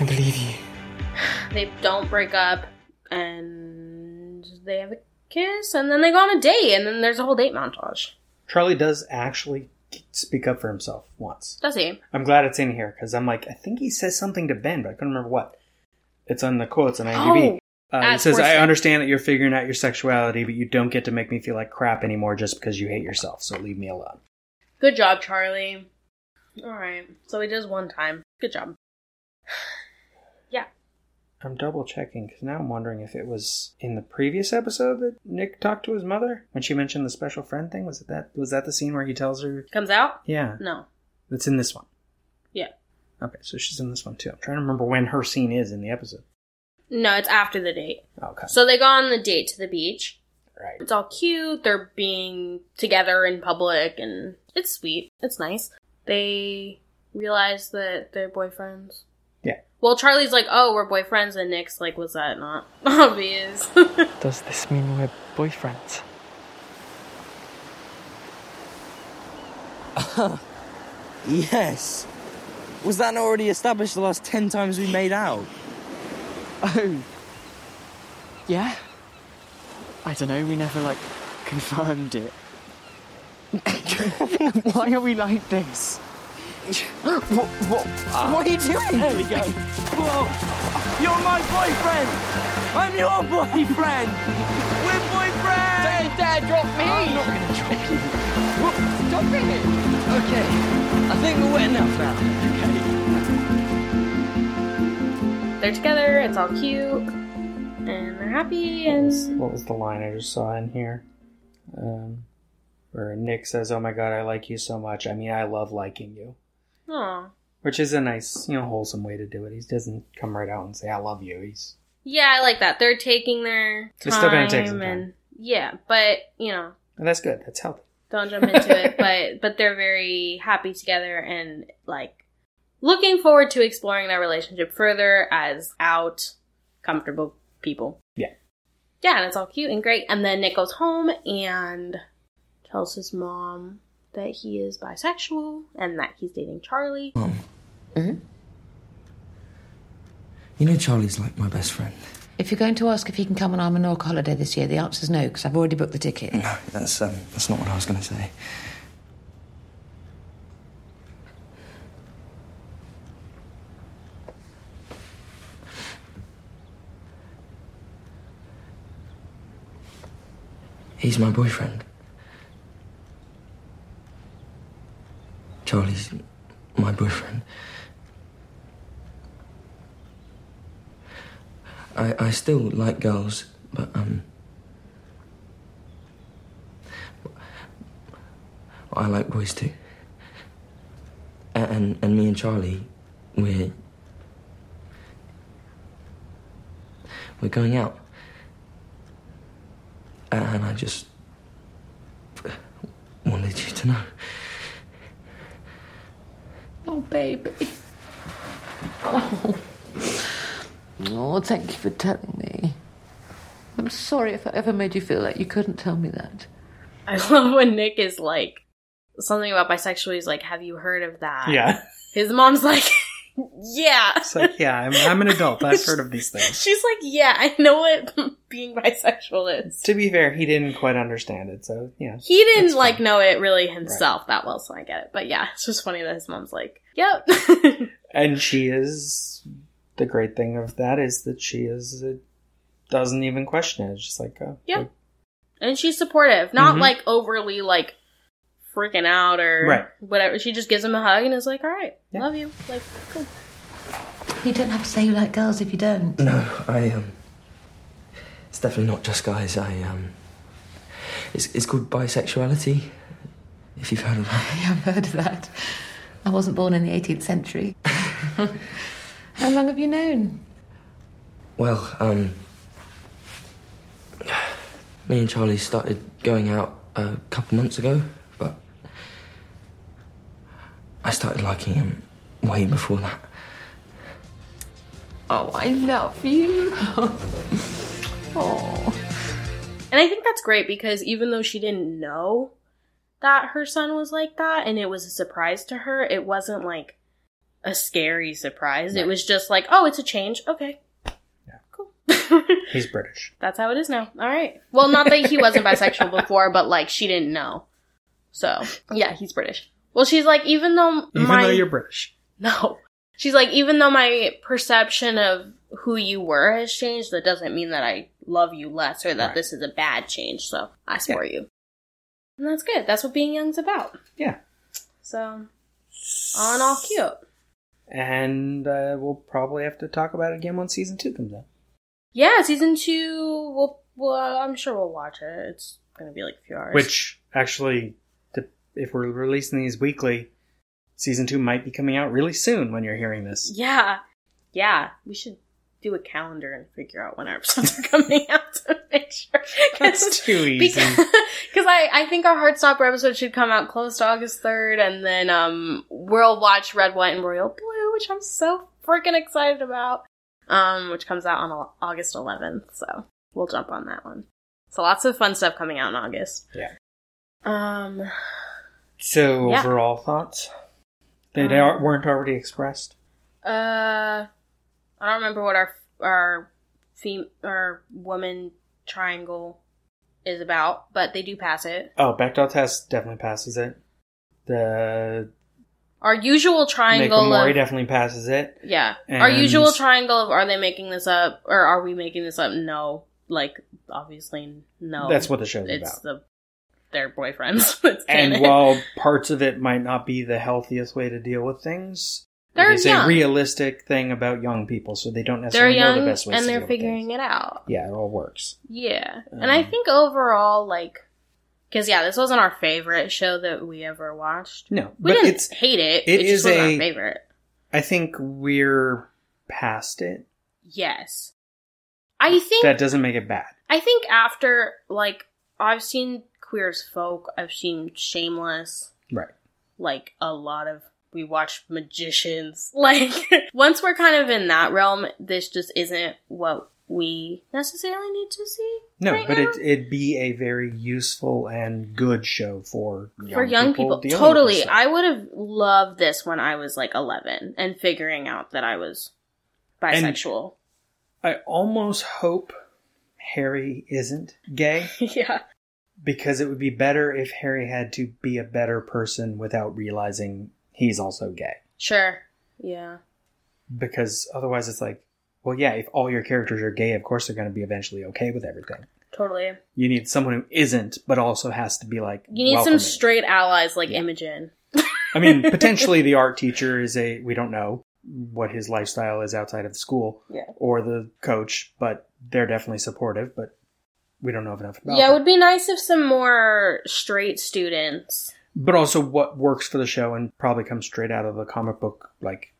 S12: I believe you.
S1: They don't break up, and they have a kiss, and then they go on a date, and then there's a whole date montage.
S3: Charlie does actually speak up for himself once.
S1: Does he?
S3: I'm glad it's in here because I'm like, I think he says something to Ben, but I couldn't remember what. It's on the quotes on IMDb.
S1: Oh,
S3: uh,
S1: at
S3: it says,
S1: Forsyth.
S3: "I understand that you're figuring out your sexuality, but you don't get to make me feel like crap anymore just because you hate yourself. So leave me alone."
S1: Good job, Charlie. Alright, so he does one time. Good job. (sighs)
S3: I'm double checking because now I'm wondering if it was in the previous episode that Nick talked to his mother when she mentioned the special friend thing. Was it that? Was that the scene where he tells her?
S1: Comes out?
S3: Yeah,
S1: No.
S3: that's in this one.
S1: Yeah.
S3: Okay, so she's in this one too. I'm trying to remember when her scene is in the episode. Oh,
S1: No, it's after the date.
S3: Okay.
S1: So they go on the date to the beach.
S3: Right.
S1: It's all cute. They're being together in public and it's sweet. It's nice. They realize that they're boyfriends.
S3: Yeah.
S1: Well, Charlie's like, oh, we're boyfriends. And Nick's like, was that not (laughs) obvious?
S12: Does this mean we're boyfriends?
S4: Yes. Was that not already established the last ten times we made out?
S12: Oh. Yeah? I don't know, we never, like, confirmed it. (laughs) Why are we like this? (laughs) what, what,
S19: What are you doing?
S12: There we go.
S19: Whoa! You're my boyfriend! I'm your boyfriend! We're boyfriends! Dad, Dad, drop me! I'm not gonna drop you. Stop it! Okay, I think we're wet enough now.
S1: they're together. It's all cute. And they're happy.
S3: What
S1: And
S3: was, what was the line I just saw in here? Um, where Nick says, "Oh my God, I like you so much. I mean, I love liking you,"
S1: Aw.
S3: which is a nice, you know, wholesome way to do it. He doesn't come right out and say, "I love you." He's
S1: yeah, I like that. They're taking their time.
S3: It's still gonna take some
S1: And, yeah, but, you know,
S3: and that's good. That's healthy.
S1: don't jump into it but but they're very happy together and like looking forward to exploring their relationship further as out comfortable people
S3: Yeah.
S1: yeah and it's all cute and great and then nick goes home and tells his mom that he is bisexual and that he's dating charlie (laughs)
S4: Mom. You know Charlie's like my best friend.
S6: If you're going to ask if he can come on our Menorca holiday this year, the answer's no, because I've already booked the ticket.
S4: No, that's um, that's not what I was going to say. He's my boyfriend. Charlie's my boyfriend. I, I still like girls, but um I like boys too. A- And and me and Charlie, we're we're going out. And I just wanted you to know.
S6: Oh, baby. Oh. oh, thank you for telling me. I'm sorry if I ever made you feel like you couldn't tell me that.
S1: I love when Nick is like something about bisexual. He's like, "Have you heard of that?"
S3: Yeah.
S1: His mom's (laughs) like, "Yeah."
S3: It's like, yeah, I'm, I'm an adult. I've heard of these things.
S1: She's like, "Yeah, I know what (laughs) being bisexual is."
S3: To be fair, he didn't quite understand it, so yeah.
S1: He didn't like know it really himself that well, so I get it. But yeah, it's just funny that his mom's like, "Yep." (laughs)
S3: And she is the great thing of that is that she is uh, doesn't even question it. It's just like, oh,
S1: Yep. And she's supportive, not
S3: Mhm.
S1: like overly like freaking out or
S3: Right.
S1: whatever. She just gives him a hug and is like, "All right, love you." Like, cool.
S6: You don't have to say you like girls if you don't.
S4: No, I um. It's definitely not just guys. I um. It's it's called bisexuality. If you've heard of that.
S6: Yeah, (laughs) I've heard of that. I wasn't born in the 18th century. (laughs) How long have you known?
S4: Well, um. Me and Charlie started going out a couple months ago, but I started liking him way before that.
S6: Oh, I love you. oh.
S1: And I think that's great because even though she didn't know that her son was like that and it was a surprise to her, it wasn't like a scary surprise. It
S3: Right.
S1: was just like, "Oh, it's a change. Okay, (laughs)
S3: he's British.
S1: that's how it is now. All right." (laughs) Well, not that he wasn't bisexual before, but like she didn't know. So, yeah, he's British. Well, she's like, even though
S3: Even
S1: my
S3: though you're British.
S1: (laughs) No. She's like, even though my perception of who you were has changed, that doesn't mean that I love you less or that this is a bad change. So I swear you. And that's good. That's what being young's about.
S3: Yeah.
S1: So, all in all, cute.
S3: And uh, we'll probably have to talk about it again when season two comes out.
S1: Yeah, season two. We'll, well, I'm sure we'll watch it. It's gonna be like a few hours.
S3: Which actually, the, if we're releasing these weekly, season two might be coming out really soon when you're hearing this.
S1: Yeah, yeah. We should do a calendar and figure out when our (laughs) episodes are coming out to make sure. (laughs) 'Cause-
S3: That's too easy.
S1: Because I, I think our Heartstopper episode should come out close to August 3rd, and then um, we'll watch Red, White, and Royal Blue, which I'm so freaking excited about, um, which comes out on Au- August 11th. So we'll jump on that one. So lots of fun stuff coming out in August.
S3: Yeah.
S1: Um,
S3: So
S1: Yeah.
S3: overall thoughts? They, they
S1: Um,
S3: aren't, weren't already expressed.
S1: uh, I don't remember what our our fem- our woman triangle is about, but they do pass it.
S3: Oh, Bechdel test definitely passes it. The
S1: Our usual triangle
S3: Make
S1: of
S3: Mori definitely passes it.
S1: Yeah. Our
S3: And-
S1: usual triangle of are they making this up or are we making this up? No. Like obviously no.
S3: That's what the show's
S1: it's
S3: about.
S1: the their boyfriends. (laughs) it's
S3: And
S1: canon.
S3: while parts of it might not be the healthiest way to deal with things,
S1: They're
S3: it's
S1: young.
S3: a realistic thing about young people, so they don't
S1: they're
S3: necessarily know
S1: young
S3: the best ways
S1: and
S3: to
S1: they're
S3: deal with things.
S1: figuring it out.
S3: Yeah, it all works.
S1: Yeah. and I
S3: Um,
S1: think overall like cuz yeah, this wasn't our favorite show that we ever watched.
S3: No,
S1: We
S3: but
S1: didn't
S3: it's
S1: hate it.
S3: it
S1: It, just
S3: is a-
S1: wasn't our favorite.
S3: I think we're past it.
S1: Yes. I think
S3: That doesn't make it bad.
S1: I think after like I've seen Queer as Folk, I've seen Shameless,
S3: Right.
S1: like a lot of we watch magicians. (laughs) Like once we're kind of in that realm, this just isn't what we necessarily need to see.
S3: No,
S1: right
S3: but
S1: now.
S3: it, it'd be a very useful and good show for young
S1: for young
S3: people.
S1: people,
S3: dealing with this
S1: totally.
S3: stuff.
S1: I would have loved this when I was like 11 and figuring out that I was
S3: And-
S1: bisexual. (laughs)
S3: I almost hope Harry isn't gay
S1: yeah.
S3: because it would be better if Harry had to be a better person without realizing he's also gay.
S1: Sure. Yeah.
S3: Because otherwise, it's like, well, yeah, if all your characters are gay, of course they're going to be eventually okay with everything.
S1: Totally.
S3: You need someone who isn't, but also has to be like,
S1: You need
S3: welcoming.
S1: some straight allies like Imogen.
S3: I
S1: (laughs)
S3: mean, potentially the art teacher is a we don't know what his lifestyle is outside of the school
S1: Yeah.
S3: or the coach, but they're definitely supportive, but we don't know enough about
S1: Yeah, it
S3: them.
S1: would be nice if some more straight students.
S3: But also what works for the show and probably comes straight out of the comic book like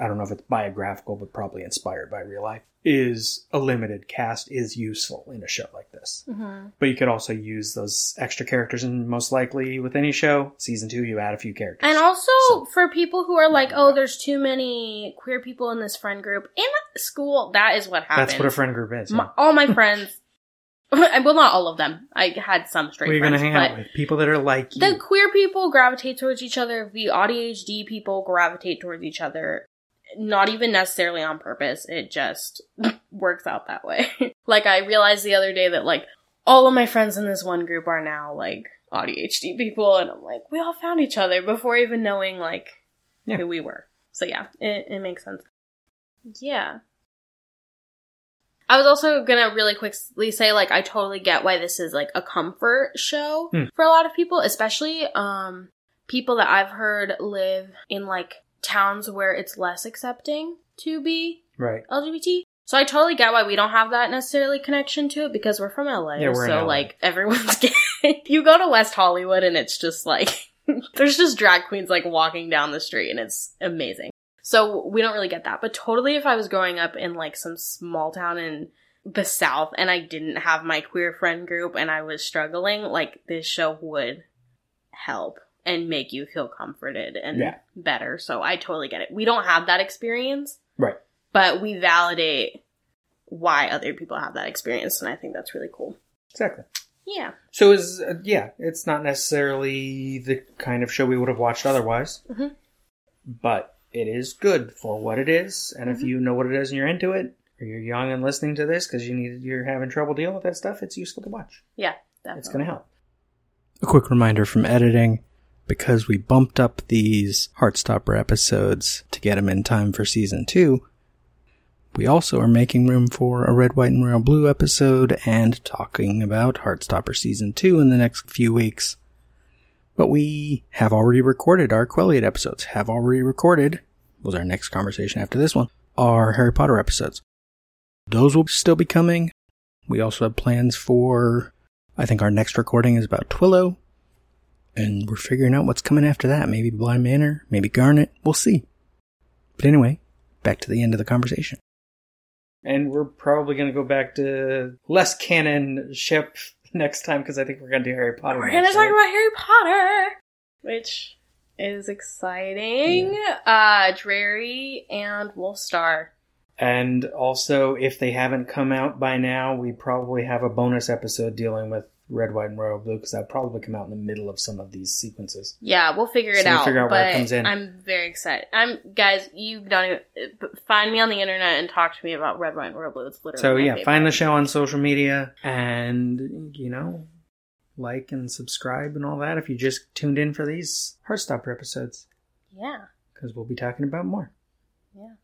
S3: I don't know if it's biographical, but probably inspired by real life, is a limited cast is useful in a show like this.
S1: Mm-hmm.
S19: Mhm.
S3: But you could also use those extra characters, and most likely with any show, season two, you add a few characters.
S1: And also for people who are like, oh, there's too many queer people in this friend group in school. That is what happens.
S3: That's what a friend group is.
S1: My, all my friends. (laughs) well, not all of them. I had some straight
S3: We're going to
S1: friends,
S3: hang
S1: but
S3: out with people that are like you.
S1: the queer people gravitate towards each other. The ADHD people gravitate towards each other. Not even necessarily on purpose. It just (laughs) works out that way. (laughs) like I realized the other day that like all of my friends in this one group are now like ADHD people, and I'm like, we all found each other before even knowing like who we were. So yeah, it, it makes sense. Yeah. I was also gonna really quickly say, like, I totally get why this is like a comfort show
S19: Hmm.
S1: for a lot of people, especially um people that I've heard live in like towns where it's less accepting to be
S3: Right.
S1: LGBT. So I totally get why we don't have that necessarily connection to it because we're from LA.
S3: Yeah, we're in
S1: so
S3: LA.
S1: like everyone's (laughs) gay. you go to West Hollywood and it's just like (laughs) there's just drag queens like walking down the street and it's amazing. So we don't really get that. But totally if I was growing up in like some small town in the South and I didn't have my queer friend group and I was struggling, like this show would help and make you feel comforted and
S3: Yeah.
S1: better. So I totally get it. We don't have that experience
S3: Right.
S1: but we validate why other people have that experience and i think that's really cool
S3: Exactly.
S1: yeah
S3: So is uh, yeah, it's not necessarily the kind of show we would have watched otherwise,
S1: Mhm.
S3: but it is good for what it is. And if
S1: Mhm.
S3: you know what it is and you're into it, or you're young and listening to this because you need you're having trouble dealing with that stuff, it's useful to watch.
S1: yeah definitely.
S3: It's going to help.
S2: A quick reminder from editing because we bumped up these Heartstopper episodes to get them in time for season two, we also are making room for a Red, White, and Royal Blue episode and talking about Heartstopper season two in the next few weeks. But we have already recorded our Quelliot episodes, have already recorded, was our next conversation after this one, our Harry Potter episodes. Those will still be coming. We also have plans for, I think our next recording is about Twillo, and we're figuring out what's coming after that. Maybe Blind Manor, maybe Garnet. We'll see. But anyway, back to the end of the conversation.
S3: And we're probably going to go back to less canon ship (laughs) next time because I think we're going to do Harry Potter.
S1: we're
S3: next,
S1: gonna talk
S3: right?
S1: about harry potter which is exciting uh dreary and wolfstar
S3: And also, if they haven't come out by now, we probably have a bonus episode dealing with Red, White, and Royal Blue because that'll probably come out in the middle of some of these sequences.
S1: yeah we'll figure it
S3: So we'll
S1: out
S3: figure out
S1: but
S3: where it comes in.
S1: i'm very excited i'm guys you don't even find me on the internet and talk to me about red wine royal blue it's literally
S3: So,
S1: my
S3: yeah,
S1: favorite.
S3: find the show on social media and, you know, like and subscribe and all that if you just tuned in for these Heartstopper episodes
S1: yeah
S3: because we'll be talking about more.
S1: yeah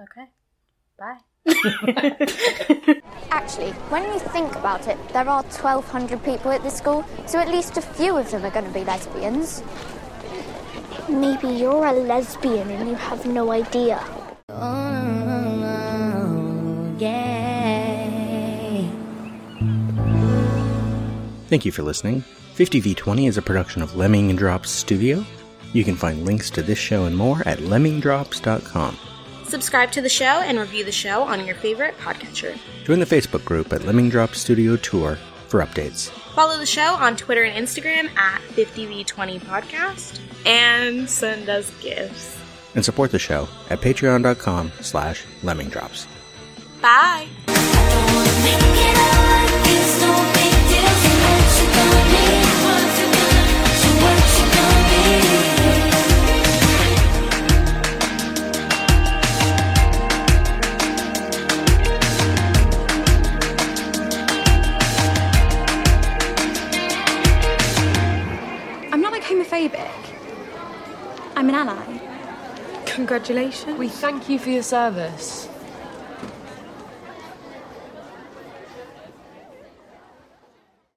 S1: okay bye
S20: Actually, when you think about it, there are 1,200 people at this school, so at least a few of them are going to be lesbians.
S21: Maybe you're a lesbian and you have no idea.
S2: Thank you for listening. 50v20 is a production of Lemming Drops Studio. You can find links to this show and more at lemmingdrops.com.
S1: Subscribe to the show and review the show on your favorite podcatcher.
S2: Join the Facebook group at Lemming Drops Studio Tour for updates.
S1: Follow the show on Twitter and Instagram at 50v20 podcast and send us gifts.
S2: And support the show at patreon.com slash lemmingdrops.
S1: Bye.
S5: I'm not like homophobic. I'm an ally.
S7: Congratulations. We thank you for your service.